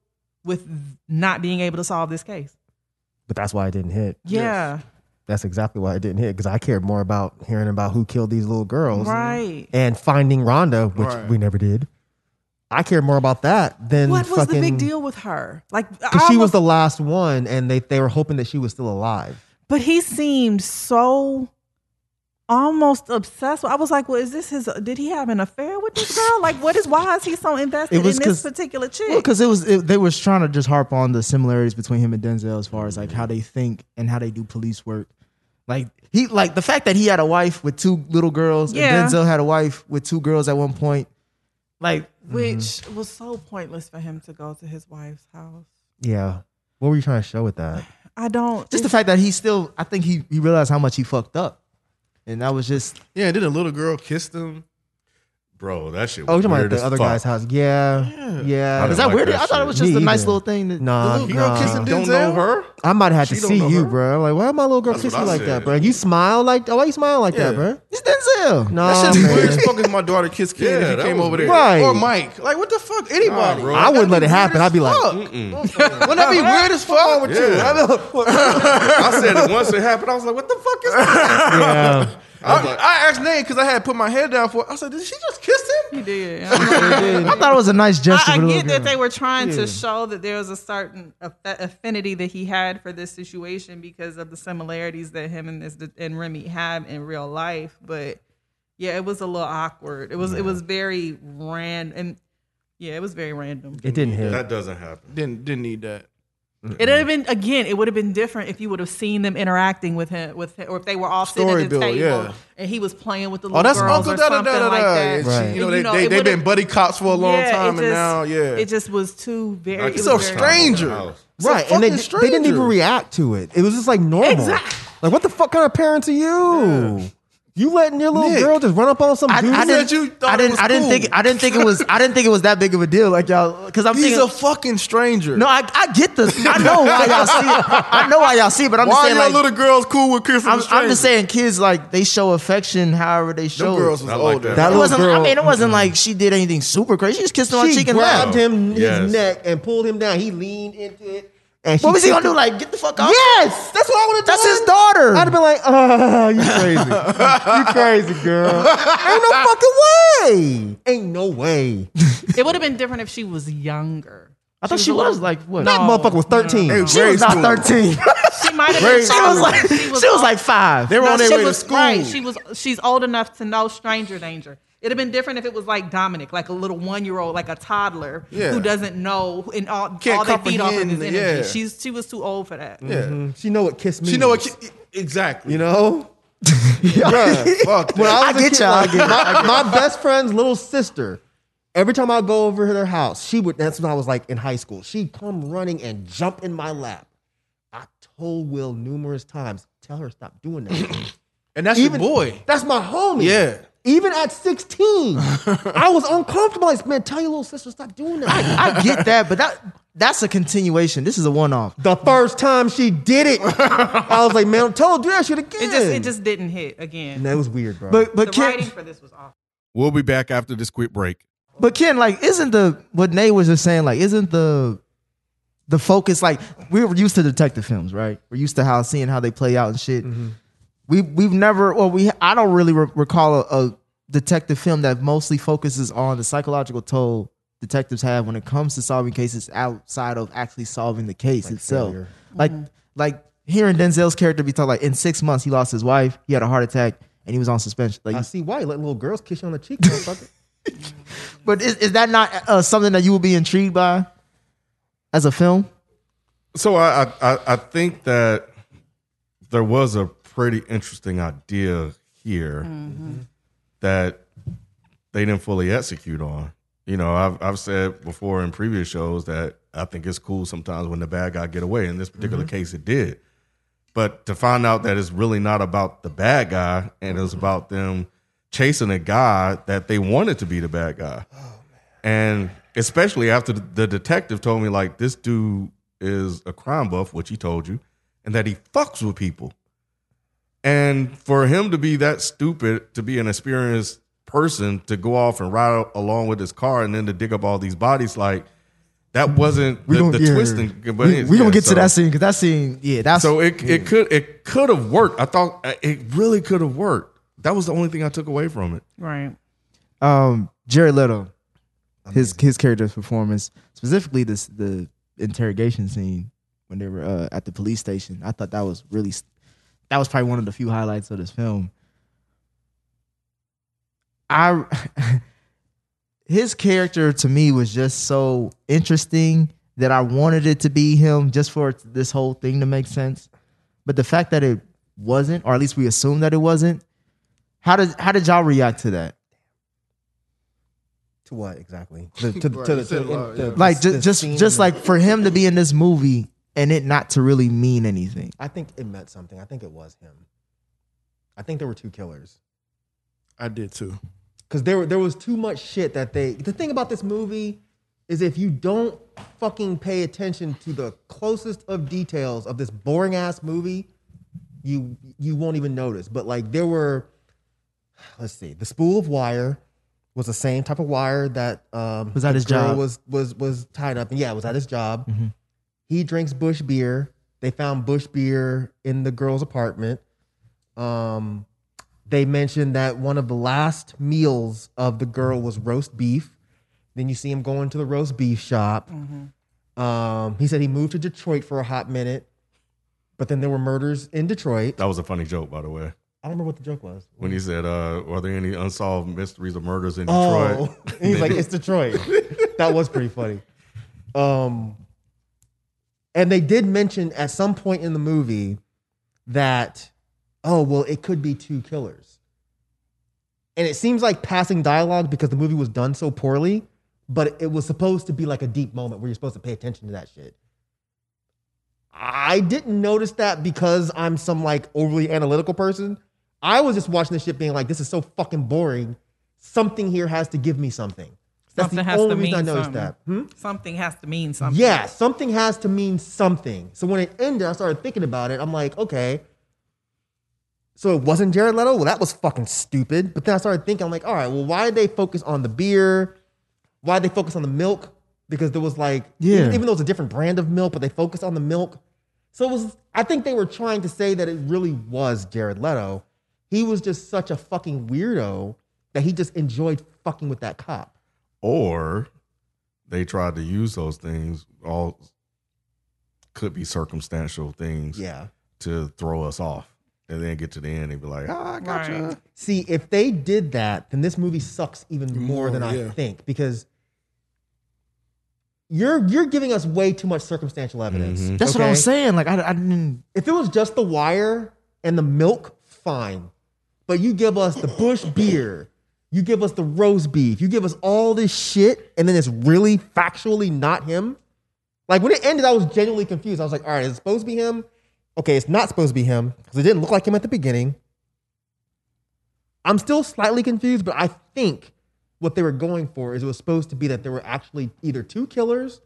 S5: with not being able to solve this case.
S8: But that's why it didn't hit.
S5: Yeah,
S8: That's exactly why it didn't hit because I cared more about hearing about who killed these little girls
S5: right.
S8: and finding Rhonda, which
S4: Right.
S8: we never did. I cared more about that than
S5: What was the
S8: fucking-
S5: big deal with her? Like,
S8: Because she
S5: almost-
S8: was the last one, and they, they were hoping that she was still alive.
S5: but he seemed so almost obsessed. I was like, well, is this his? Did he have an affair with this girl? Like, what is? Why is he so invested
S9: It was
S5: in this
S9: 'cause-
S5: particular chick?
S9: Well, because it was it, they was trying to just harp on the similarities between him and Denzel as far as like how they think and how they do police work. Like he like the fact that he had a wife with two little girls
S5: Yeah.
S9: and Denzel had a wife with two girls at one point. Like
S5: Which
S9: Mm-hmm.
S5: was so pointless for him to go to his wife's house.
S8: Yeah. What were you trying to show with that?
S5: I don't.
S9: just the fact that he still I think he he realized how much he fucked up. And that was just
S4: Yeah, and then a little girl kissed him.
S1: Bro, that shit
S8: Oh,
S1: was
S8: you're talking
S1: weird
S8: about
S1: as
S8: the other
S1: fuck.
S8: guy's house. Yeah.
S4: Yeah.
S8: Yeah.
S1: I
S9: is
S1: didn't
S9: that
S1: like
S9: weird?
S1: that
S9: I thought it
S1: shit.
S9: was just
S8: Me
S9: a nice
S8: either.
S9: little thing. That,
S4: He
S8: Nah,
S9: the little-
S4: girl
S8: nah.
S4: kissing
S1: Don't
S4: Denzel?
S1: know her?
S8: I might have
S1: She
S8: to
S1: don't
S8: see
S1: know
S8: you,
S1: her.
S8: bro. I'm like, why my little girl
S1: That's
S8: kiss
S1: what
S8: you
S1: I
S8: like that,
S1: said.
S8: bro? You smile like, oh, why you smile like that,
S4: Yeah.
S8: bro?
S9: it's Denzel.
S8: Nah,
S4: That shit's
S8: man.
S4: weird as fuck if my daughter kissed Ken
S1: Yeah,
S4: and
S1: that
S4: he came
S1: was
S4: over there.
S8: weird.
S4: Or
S8: Right.
S4: Mike. Like, what the fuck? Anybody.
S1: bro.
S8: I wouldn't let it happen. I'd be like,
S4: Wouldn't that be weird as fuck? with you?
S1: Yeah. I said it once it happened. I was like, what the fuck is this?
S8: yeah.
S4: I, I asked Nate because I had put my head down for it. I said, did she just kiss him?
S5: he did. I, don't know.
S9: I thought it was a nice gesture.
S5: I- I
S9: for the
S5: get
S9: little
S5: that
S9: girl.
S5: they were trying to show that there was a certain aff- affinity that he had for this situation because of the similarities that him and this and Remy have in real life. But yeah, it was a little awkward. It was it was very random. And yeah, it was very random.
S8: It didn't hit.
S1: That doesn't happen.
S4: Didn't didn't need that.
S5: It would have been again. It would have been different if you would have seen them interacting with him, with him, or if they were all
S4: Story
S5: sitting at the
S4: build,
S5: table
S4: yeah.
S5: and he was playing with the little
S4: Oh, that's
S5: girls
S4: Uncle
S5: or
S4: Da Da
S5: something
S4: Da Da
S5: like
S4: Da.
S5: that.
S4: And
S8: Right.
S4: she- You know, they,
S5: You know,
S4: they,
S5: it
S4: they've been
S5: would've-
S4: buddy cops for a long
S5: Yeah, it
S4: time, and
S5: just-
S4: now, yeah.
S5: It just was too very.
S1: Like,
S5: it
S1: it's
S5: was
S1: a
S4: so
S5: very-
S4: stranger.
S8: Right. And they, they didn't even react to it. It was just like normal.
S5: Exact-
S8: Like, what the fuck kind of parents are you? You letting your little
S4: Nick,
S8: girl just run up on some
S9: I,
S8: dude?
S9: I
S4: said
S9: didn't.
S4: you thought
S9: I
S4: it
S9: didn't.
S4: was
S9: I didn't think.
S4: cool.
S9: I didn't think it was. I didn't think it was that big of a deal, like y'all. Because I'm
S4: He's
S9: thinking.
S4: a fucking stranger.
S9: no, I, I get the. I know why y'all see it. I know why y'all see it, but I'm just
S4: Why
S9: saying
S4: y'all
S9: like.
S4: little girls cool with kissing
S9: I'm,
S4: a stranger?
S9: I'm just saying, kids like they show affection however they
S4: Them
S9: show. it.
S4: girls was
S1: I like
S4: older.
S1: that.
S8: That
S9: it
S8: little
S9: wasn't.
S8: girl-
S9: I mean, it wasn't like she did anything super crazy. She just kissed him on the
S8: she
S9: cheek and
S8: grabbed
S9: left.
S8: him his
S1: Yes.
S8: neck and pulled him down. He leaned into it. And
S9: What was he
S8: took
S9: gonna do? Like, get the fuck off?
S8: Yes, that's what I would have done.
S9: That's his daughter.
S8: I'd have been like, "Ah, you crazy, you crazy girl." Ain't no fucking way. Ain't no way.
S5: It would have been different if she was younger.
S9: I thought she was like what?
S8: That
S5: No.
S8: motherfucker was thirteen.
S5: no, no.
S9: She was not
S4: Grade
S9: thirteen.
S5: She might have.
S4: Very
S5: been
S9: she was
S5: older.
S9: like she was like five.
S4: They were
S5: No,
S4: on their
S5: she
S4: way to
S5: was-
S4: school.
S5: Right, she was. She's old enough to know stranger danger. It'd have been different if it was like Dominic, like a little one-year-old, like a toddler
S4: Yeah.
S5: who doesn't know and all,
S4: Can't
S5: all they feed off of is
S4: comprehend,
S5: energy.
S4: yeah.
S5: She's she was too old for that.
S4: Yeah.
S8: She know what kiss means.
S4: She know what. e, Exactly.
S8: you know.
S4: Bruh, fuck
S8: When
S4: that.
S8: I, was
S9: I
S8: a
S9: get
S8: kid,
S9: y'all.
S8: like, my, my best friend's little sister. Every time I go over to their house, she would. That's when I was like in high school. She'd come running and jump in my lap. I told Will numerous times, tell her stop doing that.
S4: And that's
S8: Even-
S4: your boy.
S8: that's my homie.
S4: Yeah.
S8: Even at 16, I was uncomfortable. Like, man, tell your little sister stop doing that.
S9: I get that, but that that's a continuation. This is a one off.
S8: The first time she did it, I was like, man, tell her do that shit again.
S5: It just it just didn't hit again.
S8: And that was weird, bro.
S9: But
S5: the
S9: but Ken,
S5: writing for this was awful.
S1: We'll be back after this quick break.
S9: but Ken, like, isn't the what Nay was just saying? Like, isn't the the focus like we were used to detective films, right? We're used to how seeing how they play out and shit.
S8: Mm-hmm.
S9: We we've never, well, we I don't really re- recall a, a detective film that mostly focuses on the psychological toll detectives have when it comes to solving cases outside of actually solving the case itself.
S8: failure.
S9: Like like hearing Denzel's character be talking like in six months he lost his wife, he had a heart attack, and he was on suspension. Like
S8: I see why you let little girls kiss you on the cheek, motherfucker.
S9: But is, is that not uh, something that you would be intrigued by as a film?
S1: So I, I- I I think that there was a pretty interesting idea here that they didn't fully execute on. You know, I've I've said before in previous shows that I think it's cool sometimes when the bad guy get away. In this particular case, it did. But to find out that it's really not about the bad guy and it's about them chasing a guy that they wanted to be the bad guy. And especially after the, the detective told me, like, this dude is a crime buff, which he told you, and that he fucks with people. And for him to be that stupid, to be an experienced person, to go off and ride along with his car and then to dig up all these bodies, like, that wasn't the,
S9: gonna
S1: the
S9: get-
S1: twisting. But
S9: We,
S1: it's-
S9: we gonna
S1: yeah,
S9: get
S1: so-
S9: to that scene because that scene, yeah, that's
S1: so it it could it could have worked. I thought uh, it really could have worked. That was the only thing I took away from it.
S5: Right.
S9: um Jared Leto, his his character's performance, specifically this the interrogation scene when they were uh, at the police station. I thought that was really that was probably one of the few highlights of this film. I his character to me was just so interesting that I wanted it to be him just for this whole thing to make sense. But the fact that it wasn't, or at least we assumed that it wasn't, how did how did y'all react to that?
S8: to what exactly? The, to, the-
S4: Right,
S8: to
S4: you
S8: the,
S4: said
S8: to the-
S4: a lot,
S8: the-
S4: yeah.
S8: the-
S9: like
S8: the
S9: just just,
S8: scene
S9: just
S8: in
S9: like for him to be in this movie and it not to really mean anything.
S8: the- I think it meant something. I think it was him. I think there were two killers
S4: I did too.
S8: because there were- there was too much shit that they. The thing about this movie is if you don't fucking pay attention to the closest of details of this boring ass movie, you you won't even notice. But like there were, let's see, the spool of wire was the same type of wire that um
S9: Was at
S8: the
S9: his
S8: girl
S9: job. Mm-hmm.
S8: was was was tied up. Yeah, it was at his job. He drinks bush beer. They found bush beer in the girl's apartment. Um, they mentioned that one of the last meals of the girl was roast beef. Then you see him going to the roast beef shop. Um, he said he moved to Detroit for a hot minute, but then there were murders in Detroit.
S1: That was a funny joke, by the way,
S8: I don't remember what the joke was.
S1: when he said, uh, "Are there any unsolved mysteries or murders in
S8: Oh,
S1: Detroit?"
S8: And he's like, it's Detroit. that was pretty funny. Um, and they did mention at some point in the movie that, oh well, it could be two killers. And it seems like passing dialogue because the movie was done so poorly, but it was supposed to be like a deep moment where you're supposed to pay attention to that shit. I didn't notice that because I'm some like overly analytical person. I was just watching this shit being like, this is so fucking boring. Something here has to give me something. That's
S5: Something
S8: the
S5: has to
S8: only reason I
S5: mean
S8: noticed
S5: something.
S8: that. Hmm?
S5: Something has to mean something.
S8: Yeah, something has to mean something. So when it ended, I started thinking about it. I'm like, okay. So it wasn't Jared Leto? Well, that was fucking stupid. But then I started thinking, I'm like, all right, well, why did they focus on the beer? Why did they focus on the milk? Because there was like, e-
S9: Yeah.
S8: even, even though it's a different brand of milk, but they focused on the milk. So it was, I think they were trying to say that it really was Jared Leto. He was just such a fucking weirdo that he just enjoyed fucking with that cop.
S1: Or they tried to use those things. All could be circumstantial things
S8: Yeah.
S1: to throw us off, and then get to the end and be like, "Ah, I got
S5: Right.
S1: you."
S8: See, if they did that, then this movie sucks even more,
S4: More,
S8: than I
S4: yeah.
S8: think because you're you're giving us way too much circumstantial evidence.
S4: Mm-hmm.
S1: Mhm.
S9: That's what I
S8: okay?
S9: was saying. Like I, I didn't.
S8: If it was just the wire and the milk, fine. But you give us the Bush beer, you give us the roast beef, you give us all this shit, and then it's really factually not him. Like when it ended, I was genuinely confused. I was like, all right, is it supposed to be him? Okay, it's not supposed to be him because it didn't look like him at the beginning. I'm still slightly confused, but I think what they were going for is it was supposed to be that there were actually either two killers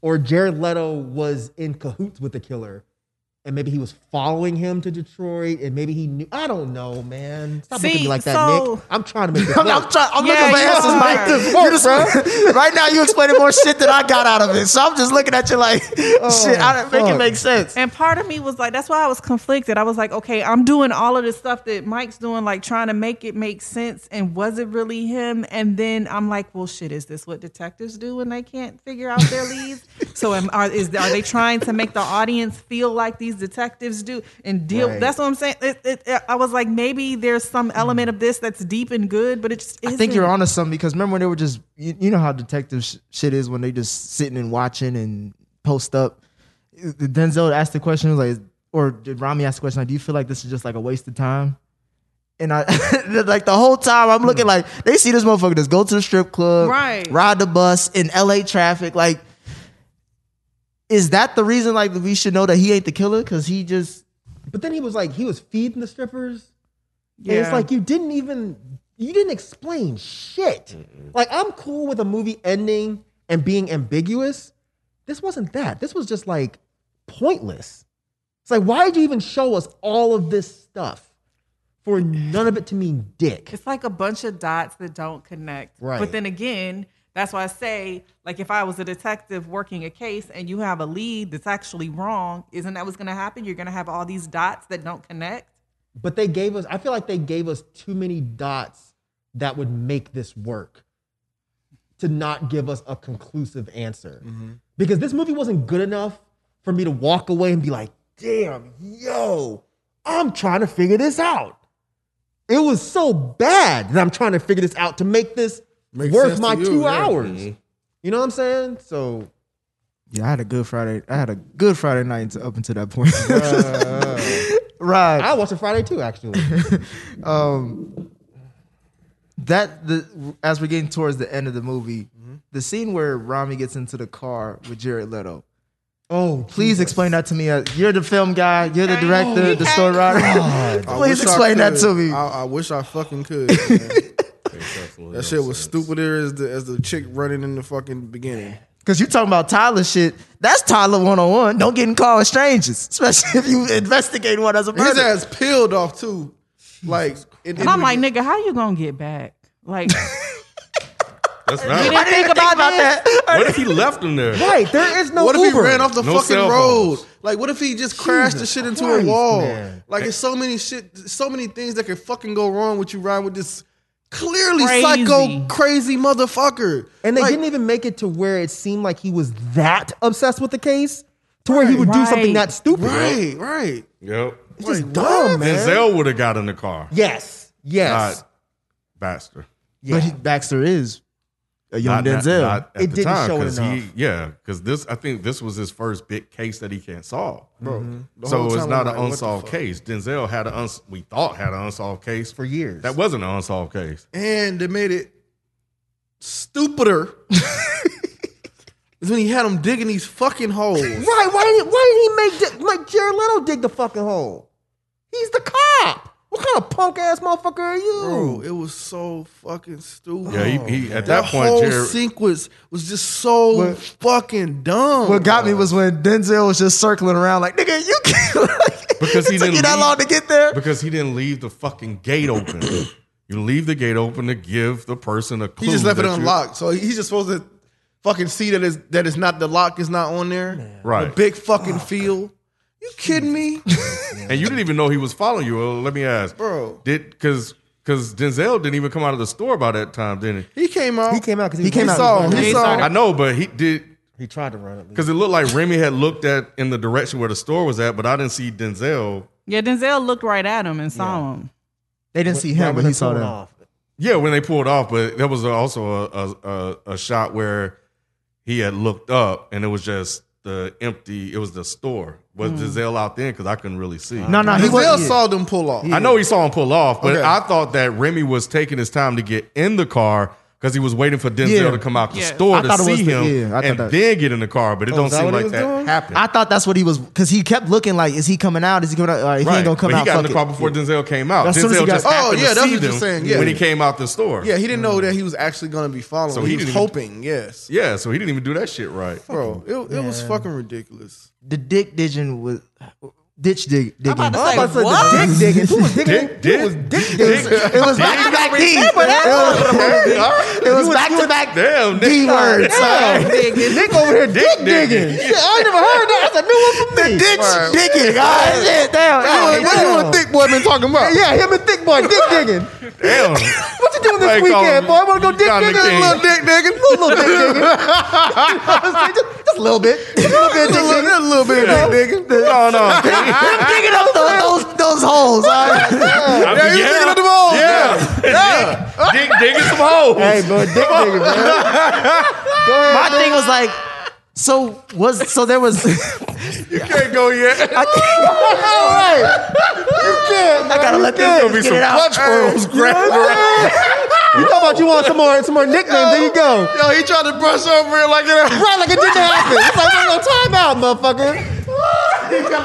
S8: or Jared Leto was in cahoots with the killer. And maybe he was following him to Detroit, and maybe he knew. I don't know, man. Stop looking at me
S5: See,
S8: like that,
S5: so-
S8: Nick. I'm trying to make this
S9: I'm,
S8: work.
S9: I'm, try, I'm
S5: Yeah,
S9: looking for
S5: you
S9: answers
S5: are.
S9: like this. You just- right now, you explaining more shit than I got out of it. So I'm just looking at you like, shit, I didn't make it
S8: fuck.
S9: make sense.
S5: And part of me was like, that's why I was conflicted. I was like, okay, I'm doing all of this stuff that Mike's doing, like trying to make it make sense. And was it really him? And then I'm like, well, shit, is this what detectives do when they can't figure out their leads? so am, are, is, are they trying to make the audience feel like these detectives do and deal?
S8: Right.
S5: That's what I'm saying. It, it, it- I was like, maybe there's some element of this that's deep and good, but it just
S9: I
S5: isn't.
S9: think you're onto something because remember when they were just you, you know how detective sh- shit is when they just sitting and watching and post up. Denzel asked the question like, or did Rami ask the question like, do you feel like this is just like a waste of time? And I like the whole time I'm looking like they see this motherfucker just go to the strip club,
S5: Right.
S9: Ride the bus in L.A. traffic. Like, is that the reason like we should know that he ain't the killer because he just
S8: But then he was like, he was feeding the strippers. And it's
S5: Yeah.
S8: like you didn't even you didn't explain shit. Like I'm cool with a movie ending and being ambiguous. This wasn't that. This was just like pointless. It's like why did you even show us all of this stuff for none of it to mean dick?
S5: It's like a bunch of dots that don't connect.
S8: Right.
S5: But then again, that's why I say, like, if I was a detective working a case and you have a lead that's actually wrong, isn't that what's going to happen? You're going to have all these dots that don't connect.
S8: But they gave us I feel like they gave us too many dots that would make this work to not give us a conclusive answer.
S4: Mm-hmm.
S8: Because this movie wasn't good enough for me to walk away and be like, damn, yo, I'm trying to figure this out. It was so bad that I'm trying to figure this out to make this
S4: Makes sense
S8: worth
S4: to
S8: my
S4: you,
S8: two
S4: yeah. Mm-hmm.
S8: hours. You know what I'm saying? So
S9: Yeah, I had a good Friday. I had a good Friday night into, up until that point. right.
S8: I watched it Friday too, actually.
S9: That the as we're getting towards the end of the movie, the scene where Rami gets into the car with Jared Leto.
S8: oh,
S9: Please explain that to me. Uh, You're the film guy. You're the
S5: Okay.
S9: director,
S5: Okay.
S9: the story writer.
S8: God.
S4: I
S9: Please
S4: wish I
S9: explain that
S4: could.
S9: to me.
S4: I, I wish I fucking could. man. that shit was stupider as the as the chick running in the fucking beginning.
S9: Because you're talking about Tyler shit. That's Tyler 101. Don't get in call with strangers, especially if you investigate one as a
S4: His
S9: murder.
S4: ass peeled off too. Like, it,
S5: And I'm like, nigga, how you going to get back? Like, you
S1: That's valid.
S5: didn't think about that.
S1: What if he left him there?
S8: Right, there is no
S4: what if
S8: Uber.
S4: he ran off the
S1: No
S4: fucking
S1: cell
S4: road?
S1: phones.
S4: Like, what if he just crashed the shit into
S8: Christ,
S4: a wall?
S8: man.
S4: Like, it's so many shit, so many things that could fucking go wrong with you riding with this clearly
S5: Crazy.
S4: psycho crazy motherfucker.
S8: And they
S4: Like,
S8: didn't even make it to where it seemed like he was that obsessed with the case to where he would do something
S5: Right.
S8: that stupid.
S4: Right, right.
S1: Yep.
S8: It's just dumb, man.
S1: Denzel would have got in the car.
S8: Yes. Yes.
S1: Not Baxter.
S9: But he, Baxter is a young
S1: Not, not-
S9: Denzel.
S1: not at
S8: It
S1: the
S8: didn't
S1: time,
S8: show
S1: 'cause
S8: enough.
S1: He, yeah, because this I think this was his first big case that he can't solve. Bro,
S4: The
S1: so
S4: whole
S1: it's
S4: time
S1: not
S4: I'm like,
S1: an
S4: what the
S1: unsolved
S4: fuck?
S1: case. Denzel had an uns- we thought had an unsolved case
S8: for years.
S1: That wasn't an unsolved case.
S4: And they made it stupider. is when he had him digging these fucking holes.
S8: right. Why did why did he make di- like Jared Leto dig the fucking hole? He's the cop. What kind of punk ass motherfucker are you?
S4: Bro, it was so fucking stupid.
S1: Yeah, he, he at
S4: that
S1: that point
S4: whole
S1: Jared,
S4: sequence was just so
S9: What-
S4: fucking dumb.
S9: What got me was when Denzel was just circling around like, nigga, you can't.
S1: Because
S9: it
S1: he
S9: took
S1: didn't
S9: you that
S1: leave.
S9: long to get there.
S1: because he didn't leave the fucking gate open. you leave the gate open to give the person a clue.
S4: He just left it
S1: that you-
S4: unlocked. So he's just supposed to fucking see that is that it's not the lock is not on there.
S1: Right.
S4: The big fucking field. You kidding me?
S1: And you didn't even know he was following you. Well, let me ask,
S4: Bro.
S1: Did because because Denzel didn't even come out of the store by that time, didn't he?
S4: he came out.
S8: He came out because he,
S9: He
S8: was
S9: came
S8: running.
S9: out.
S8: was
S4: He saw him. He
S8: running.
S4: saw him.
S1: I know, but he did
S8: He tried to run at least.
S1: because it looked like Remy had looked at in the direction where the store was at, but I didn't see Denzel.
S5: Yeah, Denzel looked right at him and saw him.
S9: They didn't see him,
S8: Right
S9: but
S8: when
S9: he
S8: they
S9: saw
S8: pulled
S9: them.
S8: off.
S1: Yeah, when they pulled off, but there was also a a, a, a shot where he had looked up and it was just the empty. It was the store Was Giselle out there? Because I couldn't really see.
S8: No, no, he
S4: Giselle
S8: was.
S4: Hmm. saw them pull off.
S1: I know he saw him pull off, but
S4: Okay.
S1: I thought that Remy was taking his time to get in the car because he was waiting for Denzel
S8: Yeah.
S1: to come out the
S5: Yeah.
S1: store
S8: I
S1: to
S8: thought it
S1: see
S8: was the-
S1: him
S8: yeah, I thought
S1: and
S8: that-
S1: then get in the car. But it don't
S4: Oh, that
S1: seem
S4: what he
S1: like
S4: was
S1: that
S4: doing?
S1: happened.
S8: I thought that's what he was because he kept looking like, is he coming out? Is he coming out?
S9: uh,
S8: All right, if he ain't gonna come
S1: but
S8: out.
S1: he got in
S8: fuck
S1: the car
S8: it.
S1: before Denzel came out.
S8: As soon as he
S1: Denzel
S8: got-
S1: just
S8: Oh,
S1: happened
S4: yeah,
S1: to
S4: that's
S1: see
S4: what you're
S1: them
S4: saying, yeah.
S1: when he came out the store.
S4: Yeah, he didn't know
S8: Mm.
S4: that he was actually gonna be following.
S1: So
S4: So
S1: he
S4: he, was
S1: didn't-
S4: hoping. Yes,
S1: Yeah, so he didn't even do that shit right.
S4: bro, it, it was fucking ridiculous.
S8: The dick digging was ditch dig digging.
S5: about to
S8: Oh,
S5: say,
S8: I said the
S5: what?
S8: dick digging. Who was digging?
S1: Dick, dick,
S8: Who was
S1: dick,
S8: dick digging?
S1: dick,
S8: It was back to back D. It was-
S1: All right.
S8: it was back to back
S1: Damn,
S8: D
S1: nigga.
S8: words.
S5: Dick digging.
S8: Dick over here, dick
S1: Dick digging.
S8: digging. Shit, I ain't never heard that. That's a new one for me. Ditch digging. Oh shit, damn.
S4: What, what you and Thick Boy been talking about?
S8: Yeah, him and thick boy, dick digging.
S1: Damn.
S8: What you doing this
S1: Like,
S8: weekend,
S1: um,
S8: boy? I want to go dick
S1: John
S8: digging.
S1: McCain.
S8: Little dick digging. Little, little dick digging. just, just a little bit. Just a little bit of dick digging. A little bit
S1: of
S8: dick digging.
S1: Oh, No, no.
S8: digging up those, those, those holes. all right?
S1: yeah,
S4: you thinking of the balls,
S1: Yeah. Dick, dick digging some holes.
S8: Hey, bro, dick digging, man. My thing was like, so was so there was.
S1: You can't go yet.
S8: I, I gotta let
S1: There's
S8: them
S1: gonna be
S8: get
S1: some
S8: it out.
S1: clutch pearls grabbing around.
S8: You talk about you want some more, some more nicknames? There you go.
S1: Yo, he tried to brush over it like it.
S8: Right, like it didn't happen. It's like, no, no, time out, motherfucker.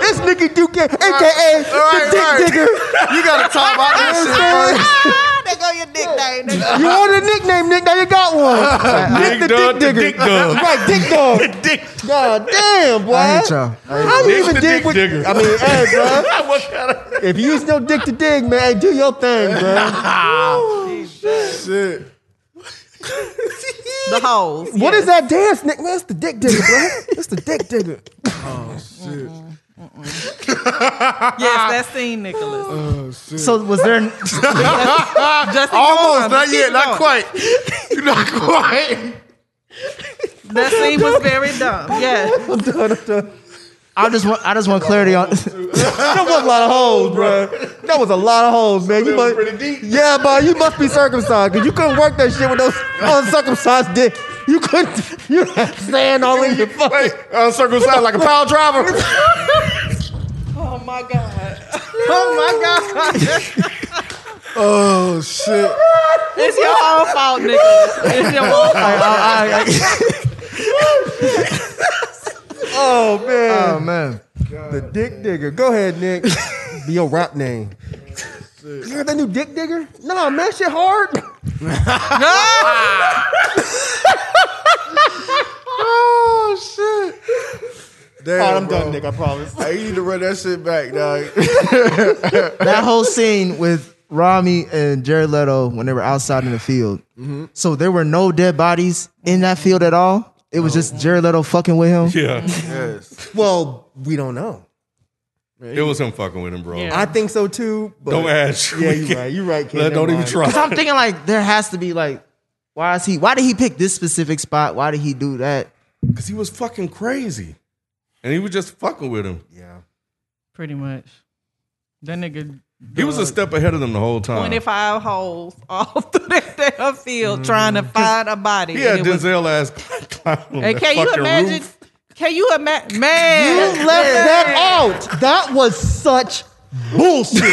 S8: It's Nicky Duke, aka the
S1: right,
S8: Dick
S1: right.
S8: Digger.
S1: You gotta talk about that
S5: Ah, there go your dick name. There go-
S8: You wanted a nickname, Nick. Now you got one.
S1: Big Dug, the Dick Dug.
S8: Right, Dick Dog.
S1: shit. Dick,
S8: God damn, boy.
S9: I hate y'all. I hate
S8: How you
S1: Dick
S8: even
S1: the
S8: dig
S1: Dick
S8: with?
S1: Digger.
S8: I mean, hey, bro.
S1: what kind of?
S8: If you use no dick to dig, man, do your thing, bro.
S4: Shit.
S5: The holes.
S8: What is that dance, Nick? Man, it's the dick digger, bro. It's the dick digger.
S5: Yes, that's scene, Nicholas.
S8: So was there?
S5: Just
S1: Almost, not yet, not quite. not quite.
S5: That scene was very dumb. Yes.
S8: I'm done. I'm done. I just want. I just want clarity on. that was a lot of holes, bro. That was a lot of holes, man. You must,
S1: pretty deep.
S8: yeah, bro. You must be circumcised because you couldn't work that shit with those uncircumcised dick. You couldn't. You had sand all in your fucking.
S1: Wait, uncircumcised like a pile driver.
S5: Oh my God.
S8: Oh my god.
S4: Oh shit.
S5: It's your own fault, Nicholas. It's your own fault.
S8: Oh man.
S9: Oh man.
S8: The Dick Digger. Go ahead, Nick. Be your rap name. You heard that new Dick Digger? No, man, shit hard.
S4: Oh shit. Damn,
S8: Alright, I'm
S4: bro.
S8: done, Nick. I promise.
S4: Hey, you need to run that shit back, dog.
S9: that whole scene with Rami and Jared Leto when they were outside in the field. So there were no dead bodies in that field at all. It was just Jared Leto fucking with him.
S1: Yeah,
S8: Well, we don't know.
S1: it was him fucking with him, bro.
S5: Yeah.
S8: I think so too. But
S1: Don't ask.
S8: Yeah, you're right. You're right. Kid.
S1: Let-
S8: Never
S1: Don't even
S8: mind.
S1: try.
S9: Cause I'm thinking like there has to be like, why is he? Why did he pick this specific spot? Why did he do that?
S1: Because he was fucking crazy. And he was just fucking with him.
S5: Pretty much. That nigga.
S1: He was a step ahead of them the whole time.
S5: 25 holes all through that damn field trying to find a body.
S1: He had
S5: And it was-
S1: Denzel ass climbing on
S5: Hey,
S1: that
S5: can you
S1: fucking
S5: imagine?
S1: roof.
S5: Can you imagine? Man.
S8: You left that out. That was such bullshit.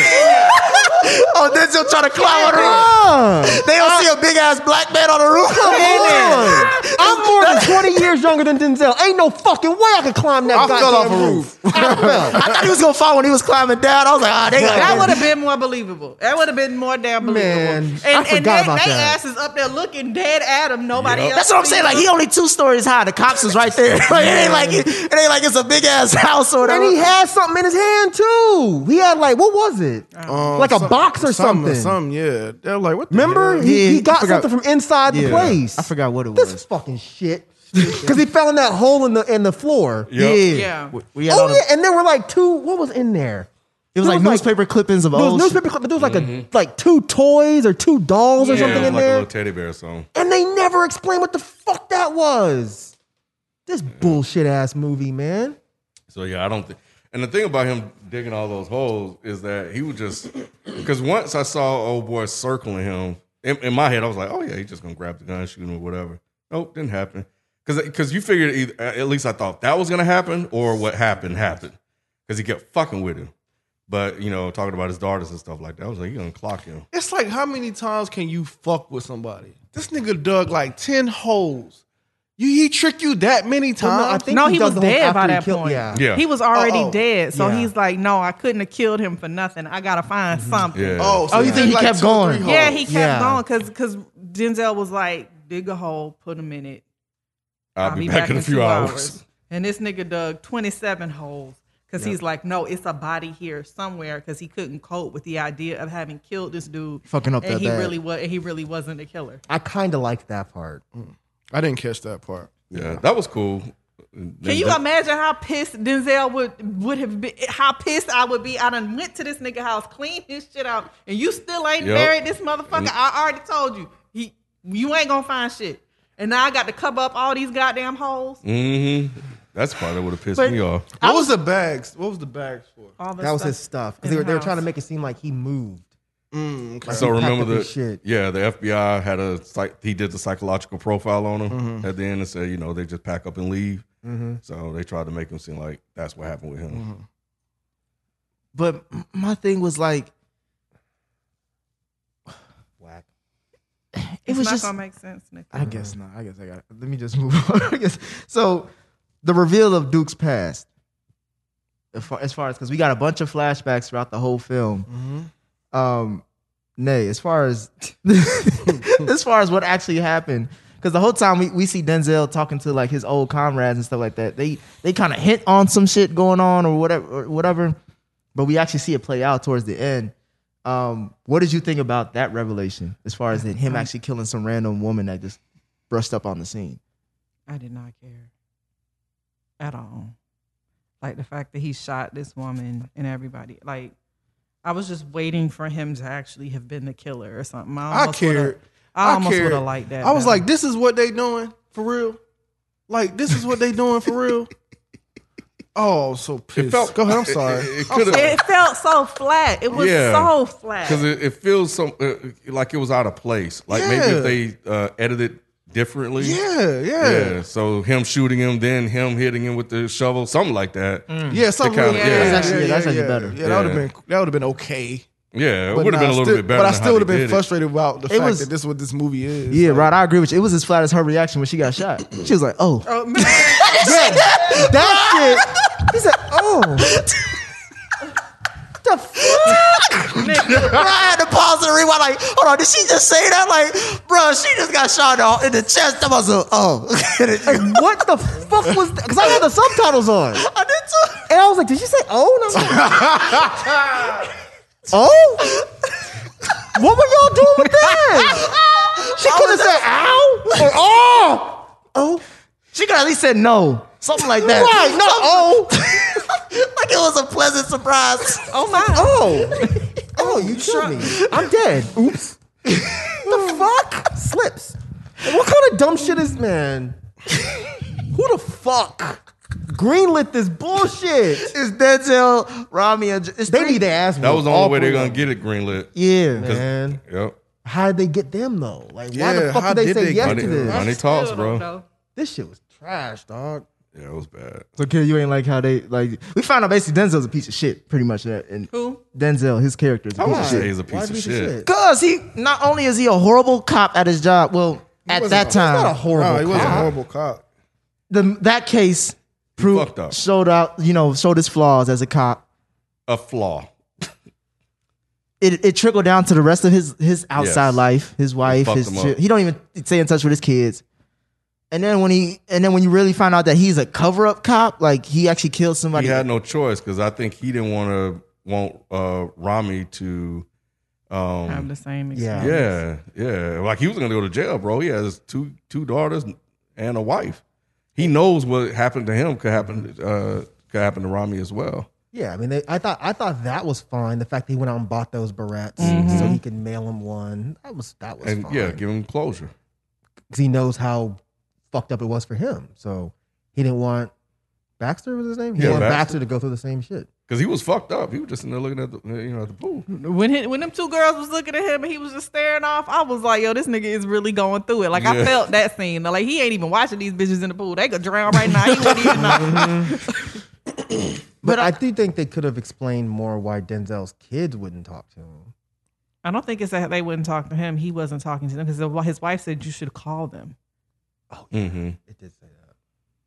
S9: Oh, then they'll try to climb on the roof.
S8: Come
S9: They don't see a big ass black man on the roof.
S8: on. I'm more than 20 years younger than Denzel. Ain't no fucking way I could climb that
S4: I
S8: goddamn
S4: fell off a
S8: roof. I fell.
S9: I thought he was gonna fall when he was climbing down. I was like, ah, they got
S5: That would have been more believable. That would have been more damn believable.
S8: Man,
S5: and
S8: I
S5: and
S8: forgot
S5: they,
S8: about
S5: they
S8: that.
S5: asses up there looking dead at him. Nobody else.
S9: That's what I'm saying. Like he only two stories high. The cops is right there. Like, it ain't like it, it ain't like it's a big ass house or
S8: And
S9: whatever.
S8: he had something in his hand too. He had like what was it? like a box or something.
S4: Oh, Um, Something, yeah. They're like, what the
S8: Remember?
S4: hell?
S8: He,
S9: Yeah,
S8: he got
S9: I forgot.
S8: something from inside the
S9: Yeah,
S8: place.
S9: I forgot what it
S8: This
S9: was.
S8: fucking shit. Because he fell in that hole in the in the floor.
S1: Yep.
S5: Yeah.
S9: We had all
S8: Oh
S9: the-
S8: yeah, and there were like two. What was in there?
S9: it was
S8: there
S9: like
S8: was like-
S9: newspaper clippings of
S8: There was
S9: old. shit.
S8: newspaper, clip, but there was like a like two toys or two dolls or
S1: Yeah,
S5: Yeah,
S1: it
S8: something
S1: was
S8: in
S1: like a
S8: there,
S1: little teddy bear song.
S8: and they never explained what the fuck that was. This bullshit ass movie, man.
S1: So yeah, I don't think. And the thing about him digging all those holes is that he would just because once I saw old boy circling him in, in my head, I was like, oh yeah, he's just gonna grab the gun, shoot him, or whatever. Nope, didn't uh, happen. Because you figured either, at least I thought that was gonna happen or what happened happened. because he kept fucking with him. But you know, talking about his daughters and stuff like that, I was like, you gonna clock him?
S4: It's like how many times can you fuck with somebody? This nigga dug like ten holes. You he tricked you that many times.
S8: Well, no, I think
S5: No, he
S8: does
S5: was
S8: the whole
S5: dead
S8: after
S5: by
S8: he
S5: that
S8: kill-
S5: point.
S8: Yeah. Oh,
S1: Yeah.
S5: He was already
S4: Uh-oh.
S5: dead. So
S8: Yeah.
S5: he's like, no, I couldn't have killed him for nothing. I got to find something.
S1: Yeah.
S4: oh, so
S8: Oh, you think
S4: dug,
S8: he
S4: like,
S8: kept
S4: two or
S8: going?
S4: three holes.
S5: Yeah, he kept
S8: Yeah.
S5: going because because Denzel was like, dig a hole, put him in it.
S1: I'll, be, back, in a few
S5: two
S1: hours.
S5: And this nigga dug 27 holes because he's like, no, it's a body here somewhere because he couldn't cope with the idea of having killed this dude.
S8: Fucking up
S5: and
S8: that
S5: he
S8: bad.
S5: really was. He really wasn't a killer.
S8: I kind of liked that part.
S4: I didn't catch that part.
S1: Yeah, that was cool.
S5: Can you imagine how pissed Denzel would would have been? How pissed I would be. I done went to this nigga house, cleaned his shit out, and you still ain't
S1: Yup.
S5: married this motherfucker. I already told you, he you ain't gonna find shit. And now I got to cover up all these goddamn holes.
S1: Mm-hmm. That's part that would have pissed
S5: But-
S1: me off.
S4: What was the bags? What was the bags for?
S5: All this
S8: That was
S5: stuff.
S8: his stuff
S5: in
S8: because they were
S5: the
S8: they were
S5: house.
S8: trying to make it seem like he moved.
S4: Mm, okay.
S1: So remember
S8: packed up
S1: the
S8: his shit.
S1: yeah, the FBI had a psych, he did the psychological profile on him
S4: Mm-hmm.
S1: at the end and said you know they just pack up and leave. So they tried to make him seem like that's what happened with him.
S4: Mm-hmm.
S9: But m- my thing was like,
S8: Whack.
S5: It's
S9: it was
S5: not
S9: just
S5: gonna make sense, nigga.
S9: I guess not. I guess I got. it. Let me just move on. I guess so. The reveal of Duke's past, as far as far as because we got a bunch of flashbacks throughout the whole film. Um, nay, as far as as far as what actually happened, because the whole time we, we see Denzel talking to like his old comrades and stuff like that. They they kind of hint on some shit going on or whatever, or whatever. But we actually see it play out towards the end. Um, what did you think about that revelation as far as it, him actually killing some random woman that just brushed up on the scene?
S5: I did not care at all. Like the fact that he shot this woman and everybody. Like I was just waiting for him to actually have been the killer or something.
S4: I
S5: almost would've-
S4: cared.
S5: I almost
S4: cared.
S5: would have liked that.
S4: I was
S5: better.
S4: like, this is what they doing for real. Like this is what they doing for real. Oh, so pissed.
S1: felt-
S4: Go ahead. I'm sorry.
S1: it- it- it
S4: I'm
S1: could've-
S4: sorry.
S5: it felt so flat. It was
S1: Yeah.
S5: so flat.
S1: because it, it feels some uh, like it was out of place. Like
S4: Yeah.
S1: maybe if they uh, edited differently.
S4: Yeah, yeah,
S1: Yeah,
S4: yeah.
S1: so him shooting him, then him hitting him with the shovel, something like that.
S4: something.
S1: kinda-
S4: Mm. yeah,
S1: yeah.
S4: yeah,
S8: That's actually-
S4: yeah,
S8: that's
S4: yeah,
S8: actually
S4: yeah.
S8: better.
S4: Yeah, that would
S1: Yeah.
S4: have been that would have been okay.
S1: Yeah, it
S4: But
S1: would have been
S4: nah,
S1: a little
S4: still-
S1: bit better.
S4: But I
S1: than how
S4: still would have
S1: they
S4: been
S1: did it.
S4: frustrated about the fact
S8: was-
S4: that this is what this movie is.
S8: Yeah, right. I agree with you. It was as flat as her reaction when she got shot. She was like, "Oh,
S5: Oh, man.
S8: that shit." She said, "Oh." The fuck? Bro, I had to pause and rewind. Like, hold on, did she just say that? Like, bro, she just got shot in the- in the chest. I was like, oh. And what the fuck was? Because I had the subtitles on.
S9: I did too.
S8: And I was like, did she say oh? And I was like, oh? What were y'all doing with that? She could have said ow or oh. Oh.
S9: She could at least said no, something like that.
S8: Right, no, oh.
S9: like it was a pleasant surprise.
S8: I was like, oh. Oh, you killed me. I'm dead. Oops. the fuck? Slips. What kind of dumb shit is, man? Who the fuck greenlit this bullshit?
S9: It's Denzel, Rami, and J- it's
S8: They
S9: three-
S8: need their ass.
S1: That was the
S8: all
S1: only way they're
S8: three of
S1: gonna
S8: them.
S1: get it greenlit.
S8: Yeah, man.
S1: Yep.
S8: How did they get them though? Like, why
S4: Yeah,
S8: the fuck
S4: how
S8: did they
S4: did
S8: say
S4: they
S8: yes
S4: get
S1: Money,
S8: to this?
S1: money talks,
S5: Still
S1: bro.
S5: don't know.
S8: This shit was trash, dog.
S1: Yeah, it was bad.
S8: So, kid, you ain't like how they like.
S9: We found out basically Denzel's a piece of shit, pretty much. That and
S5: Who?
S9: Denzel, his character is a piece
S1: Why?
S9: of
S1: say
S9: shit.
S1: he's a piece of shit.
S9: Because he not only is he a horrible cop at his job, well, at
S4: wasn't
S9: that
S4: a-
S9: time,
S8: Not a horrible.
S4: No, he was a
S8: cop.
S4: horrible cop.
S9: the that case
S1: fucked up.
S9: proved showed out, you know, showed his flaws as a cop.
S1: A flaw.
S9: It, it trickled down to the rest of his his outside
S1: Yes.
S9: life, his wife,
S1: fucked
S9: his
S1: him
S9: chi-
S1: up.
S9: he don't even stay in touch with his kids. And then when he and then when you really find out that he's a cover up cop, like he actually killed somebody.
S1: He had no choice because I think he didn't want to want uh, Rami to. Um,
S5: I'm the same. Experience.
S1: Yeah, yeah. Like he was gonna go to jail, bro. He has two two daughters and a wife. He knows what happened to him could happen uh, could happen to Rami as well.
S8: Yeah, I mean, they, I thought I thought that was fine. The fact that he went out and bought those barrettes
S9: Mm-hmm.
S8: so he could mail him one. That was that was
S1: And
S8: fine.
S1: yeah, give him closure.
S8: 'Cause he knows how fucked up it was for him. So he didn't want Baxter was his name. He
S1: Yeah,
S8: didn't want
S1: Baxter.
S8: Baxter to go through the same shit.
S1: Cause he was fucked up. He was just in there looking at the you know at the pool.
S4: Hmm.
S5: When he, when them two girls was looking at him and he was just staring off, I was like, yo, this nigga is really going through it. Like
S1: Yeah.
S5: I felt that scene. Like he ain't even watching these bitches in the pool. They could drown right now. He wouldn't even know.
S9: But
S8: But I do think they could have explained more why Denzel's kids wouldn't talk to him.
S5: I don't think it's that they wouldn't talk to him. He wasn't talking to them because his wife said you should call them.
S1: Mm-hmm.
S8: It did say that.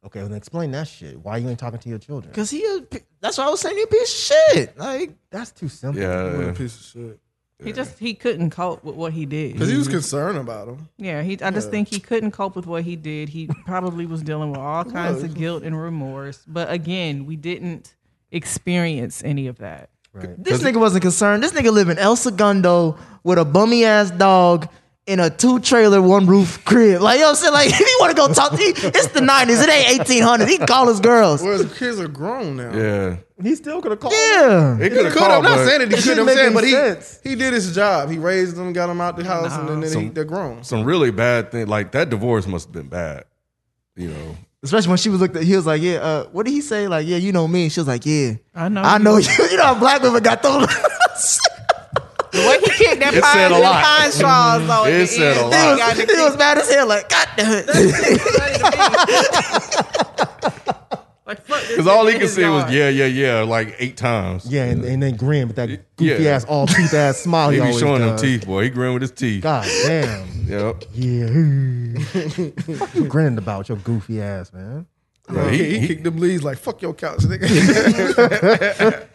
S8: Okay, well then explain that shit. Why you ain't talking to your children?
S9: Cause he, a p- that's why I was saying you a piece of shit. Like
S8: That's too simple.
S4: What a
S1: Yeah.
S4: piece of shit. Mm-hmm.
S5: He just he couldn't cope with what he did.
S4: Because he was concerned about him.
S5: Yeah, he. I just think he couldn't cope with what he did. He probably was dealing with all kinds of guilt and remorse. But again, we didn't experience any of that.
S9: this nigga wasn't concerned. This nigga live in El Segundo with a bummy ass dog in a two trailer, one roof crib. Like you know what I'm saying? Like if he wanna go talk to he, it's the nineties, it ain't eighteen hundred. He call his girls.
S4: Whereas the kids are grown now.
S1: Yeah.
S8: He still could have called.
S9: Yeah.
S1: It
S4: He
S1: could have
S4: could have. I'm
S1: called,
S4: not
S1: but
S4: saying that he
S8: It
S4: couldn't.
S8: didn't
S4: I'm saying, but
S8: make any sense.
S4: he he did his job. He raised them, got them out the house, and then, then he,
S1: Some-
S4: they're grown.
S1: some really bad thing. Like that divorce must have been bad. You know.
S9: Especially when she was looked at, he was like, Yeah, uh, what did he say? Like, yeah, you know me. She was like, Yeah.
S5: I know
S9: I
S5: you.
S9: know you. You know how black women got thrown.
S5: The way he kicked that
S1: It said
S5: pine,
S1: a
S5: them
S1: lot.
S5: pine straws though.
S1: It said a lot.
S9: He was, he was mad as hell, like, God damn it.
S5: Because
S1: Because all he could say was yeah, yeah, yeah, like eight times.
S8: Yeah, and, and then grin with that goofy
S1: Yeah.
S8: ass, all teeth ass smile.
S1: He
S8: He,
S1: be
S8: always
S1: showing them
S8: does.
S1: teeth, boy. He grinned with his teeth.
S8: God damn.
S1: Yep.
S8: Yeah. Fuck you grinning about your goofy ass, man.
S1: Yeah,
S4: he,
S1: he-
S4: he,
S1: he-
S4: kicked them leaves like fuck your couch, nigga.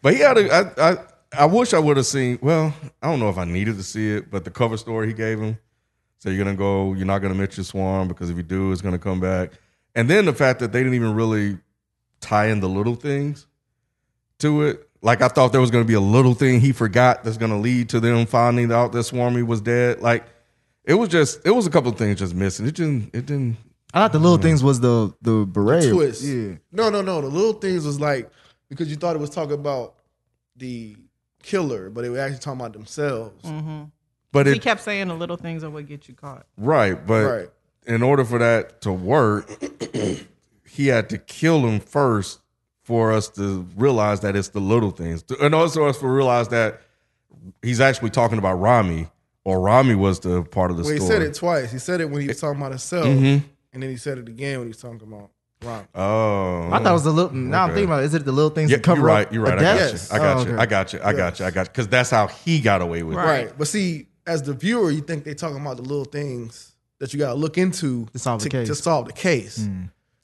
S1: But he had a. I, I, I wish I would have seen. Well, I don't know if I needed to see it, but the cover story he gave him. So you're gonna go. You're not gonna miss your swarm because if you do, it's gonna come back. And then the fact that they didn't even really tie in the little things to it. Like I thought there was gonna be a little thing he forgot that's gonna lead to them finding out that Swarmy was dead. Like it was just. It was a couple of things just missing. It didn't. It didn't.
S9: I thought the little things was the the beret.
S4: Twist.
S9: Yeah.
S4: No, no, no. The little things was like because you thought it was talking about the killer, but they were actually talking about themselves.
S1: But
S5: He
S1: it
S5: kept saying the little things are what get you caught.
S1: Right, but
S4: Right.
S1: in order for that to work, he had to kill him first for us to realize that it's the little things, To- and also us to realize that he's actually talking about Rami, or Rami was the part of the
S4: Well, he
S1: story.
S4: said it twice. He said it when he was talking about himself, and then he said it again when he was talking about Ron.
S1: Oh,
S9: I thought it was the little. mm, Now I'm
S1: Okay.
S9: thinking about it. Is it the little things
S1: yeah,
S9: that cover
S1: you're right.
S9: up
S1: You're right.
S9: a
S1: I got
S9: death?
S1: you. I got
S9: Oh,
S1: you.
S9: okay.
S1: I got you. I got you. I got you. Because that's how he got away with it.
S5: Right.
S4: Right. But see, as the viewer, you think they talking about the little things that you got to look into
S9: To solve the
S4: to,
S9: case.
S4: to solve the case.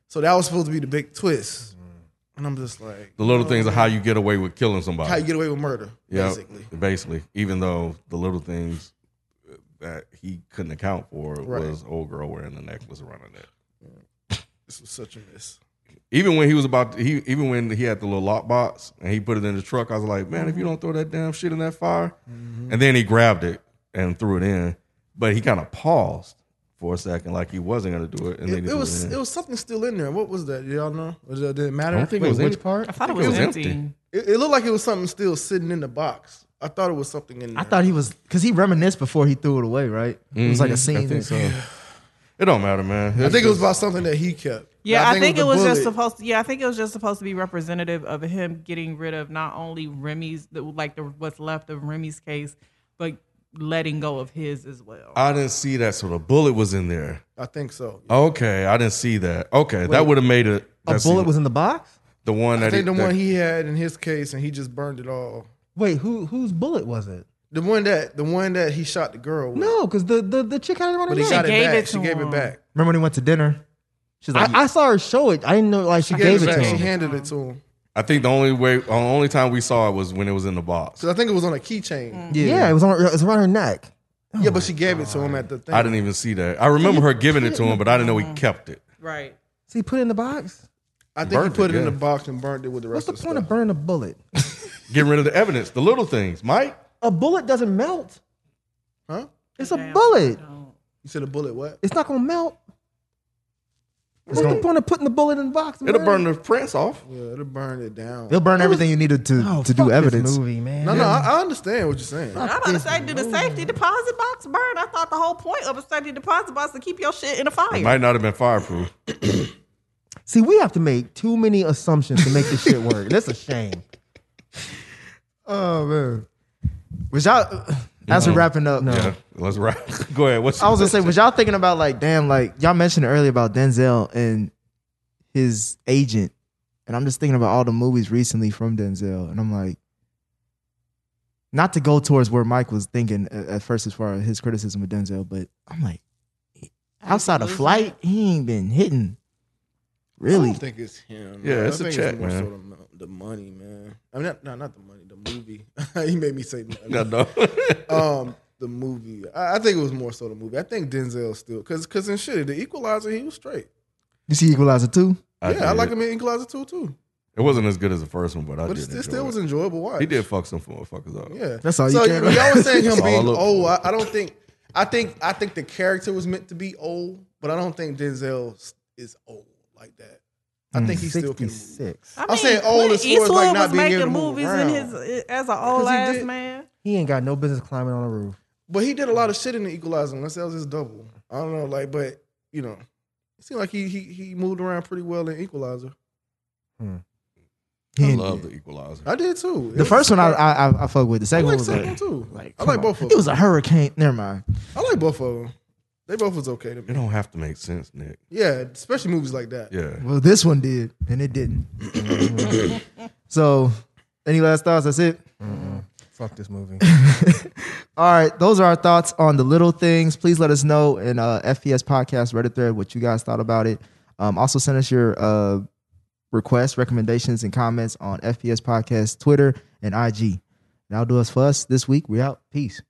S4: So that was supposed to be the big twist,
S5: Mm.
S4: and I'm just like
S1: The little things of how you get away with killing somebody.
S4: how you get away with murder,
S1: Yeah,
S4: basically.
S1: basically. Even though the little things that he couldn't account for was old girl wearing the necklace around her neck.
S4: This was such a miss.
S1: Even when he was about, he even when he had the little lock box and he put it in the truck, I was like, man, if you don't throw that damn shit in that fire,
S4: Mm-hmm.
S1: and then he grabbed it and threw it in, but he kind of paused for a second, like he wasn't gonna do it, and then
S4: It,
S1: he
S4: it
S1: threw
S4: was
S1: in.
S4: it was something still in there. What was that? Y'all know? Was that, did it matter?
S1: I don't think it was
S8: Wait,
S1: empty.
S8: which part?
S5: I thought it was,
S1: was
S5: empty.
S1: empty.
S4: It, it looked like it was something still sitting in the box. I thought it was something in there.
S9: I thought he was because he reminisced before he threw it away. Right. It was like a scene.
S1: Mm-hmm. I think so. It don't matter, man.
S4: I think it was about something that he kept.
S5: Yeah, I think, it
S4: the
S5: was just
S4: bullet.
S5: supposed. To, yeah, I think it was just supposed to be representative of him getting rid of not only Remy's, the, like the what's left of Remy's case, but letting go of his as well.
S1: I didn't see that, so the bullet was in there.
S4: I think so.
S1: Oh, Okay, I didn't see that. Okay, that would have made it.
S8: A bullet was in the box?
S1: the one
S4: I
S1: that
S4: think
S1: he,
S4: the one he had in his case, and he just burned it all.
S8: Wait, who whose bullet was it?
S4: The one that the one that he shot the girl with.
S8: No, because the, the the chick had it on her
S4: but he
S8: neck.
S4: got it
S5: gave
S4: back.
S5: it to
S4: she gave
S5: him.
S4: it back.
S9: Remember when he went to dinner? She's like,
S8: I, I saw her show it. I didn't know like she
S4: She gave it
S8: gave it to
S4: back. She
S8: him.
S4: handed it to him
S1: I think the only way, the only time we saw it was when it was in the box.
S4: because I think it was on a keychain.
S8: Yeah. it was on her, it was around her neck.
S4: yeah, but she gave it to him at the thing.
S1: I didn't even see that. I remember her giving it to him, but I didn't know he kept it.
S5: right.
S8: So he put it in the box?
S4: I think he
S1: Burnt
S4: put
S1: it,
S4: it, in
S1: yeah.
S4: the box and burnt it with the rest
S8: What's the
S4: of the
S8: point
S4: stuff.
S8: of burning a bullet?
S1: Getting rid of the evidence, the little things, Mike.
S8: a bullet doesn't melt.
S4: huh?
S8: It's a bullet.
S4: You said a bullet. What?
S8: It's not gonna melt. What's the point of putting the bullet in the box?
S1: It'll
S8: man?
S1: burn the prints off.
S4: Yeah, it'll burn it down.
S9: they'll burn everything you needed to
S8: Oh,
S9: to
S8: fuck this
S9: do evidence.
S8: movie, man.
S4: No, no, I, I understand what you're saying.
S5: I'm about to say, do the safety deposit box burn? I thought the whole point of a safety deposit box is to keep your shit in the
S1: It
S5: fire.
S1: might not have been fireproof.
S8: See, we have to make too many assumptions to make this shit work. That's a shame.
S9: Oh man. Was y'all as we're wrapping up?
S1: Yeah, let's wrap. Go ahead. What's
S9: I was gonna say, was y'all thinking about like, damn, like y'all mentioned earlier about Denzel and his agent And I'm just thinking about all the movies recently from Denzel. And I'm like, not to go towards where Mike was thinking at, at first as far as his criticism of Denzel, but I'm like, outside of
S5: Losing
S9: flight, he ain't been hitting.
S4: I
S9: Really?
S4: don't think it's him.
S1: Yeah,
S4: man.
S1: it's
S4: I
S1: a
S4: think
S1: check,
S4: more
S1: man.
S4: So the, mo- the money, man. I mean, not, no, not the money. The movie. he made me say
S1: No, no.
S4: um the movie. I, I think it was more so the movie. I think Denzel still because because in shit, the Equalizer, he was straight.
S9: You see Equalizer 2?
S4: yeah, I
S1: did.
S4: like him in Equalizer two too.
S1: It wasn't as good as the first one, but I
S4: But
S1: did.
S4: it,
S1: enjoy
S4: it still
S1: it.
S4: was enjoyable. Watch.
S1: He did fuck some motherfuckers up.
S4: Yeah,
S9: That's all you
S4: So
S9: care about.
S4: y'all was saying him
S1: That's all I
S4: being
S1: look
S4: old.
S1: for.
S4: I, I don't think. I think. I think the character was meant to be old, but I don't think Denzel s- is old like that. I think he still can. Move.
S9: 66.
S5: I
S4: I'm saying old as far as,
S5: Clint
S4: like, not
S5: Eastwood was
S4: being
S5: making
S4: able to move
S5: movies in
S4: around.
S5: his eh, as an old
S4: Because he
S5: ass
S4: did-
S5: man.
S8: He ain't got no business climbing on a roof.
S4: But he did a lot of shit in the Equalizer, unless that was his double. I don't know, like, but you know, it seemed like he he he moved around pretty well in Equalizer.
S1: I
S9: He-
S1: love the Equalizer.
S4: I did too.
S9: The first one I I I, I fuck with. The
S4: I
S9: second
S4: like
S9: one was
S4: second
S9: like,
S4: one too.
S9: like,
S4: I
S9: come
S4: like
S9: on.
S4: both of
S9: It
S4: them.
S9: was a hurricane. Never mind.
S4: I like both of them. They both was okay to
S1: It
S4: me.
S1: don't have to make sense, Nick.
S4: Yeah, especially movies like that.
S1: Yeah.
S9: Well, this one did, and it didn't. so, any last thoughts? That's it.
S8: Fuck this movie.
S9: All right, those are our thoughts on the little things. Please let us know in uh, FPS podcast Reddit thread what you guys thought about it. Um, also, send us your uh, requests, recommendations, and comments on FPS podcast Twitter and IG. That'll do us for us this week. We out. Peace.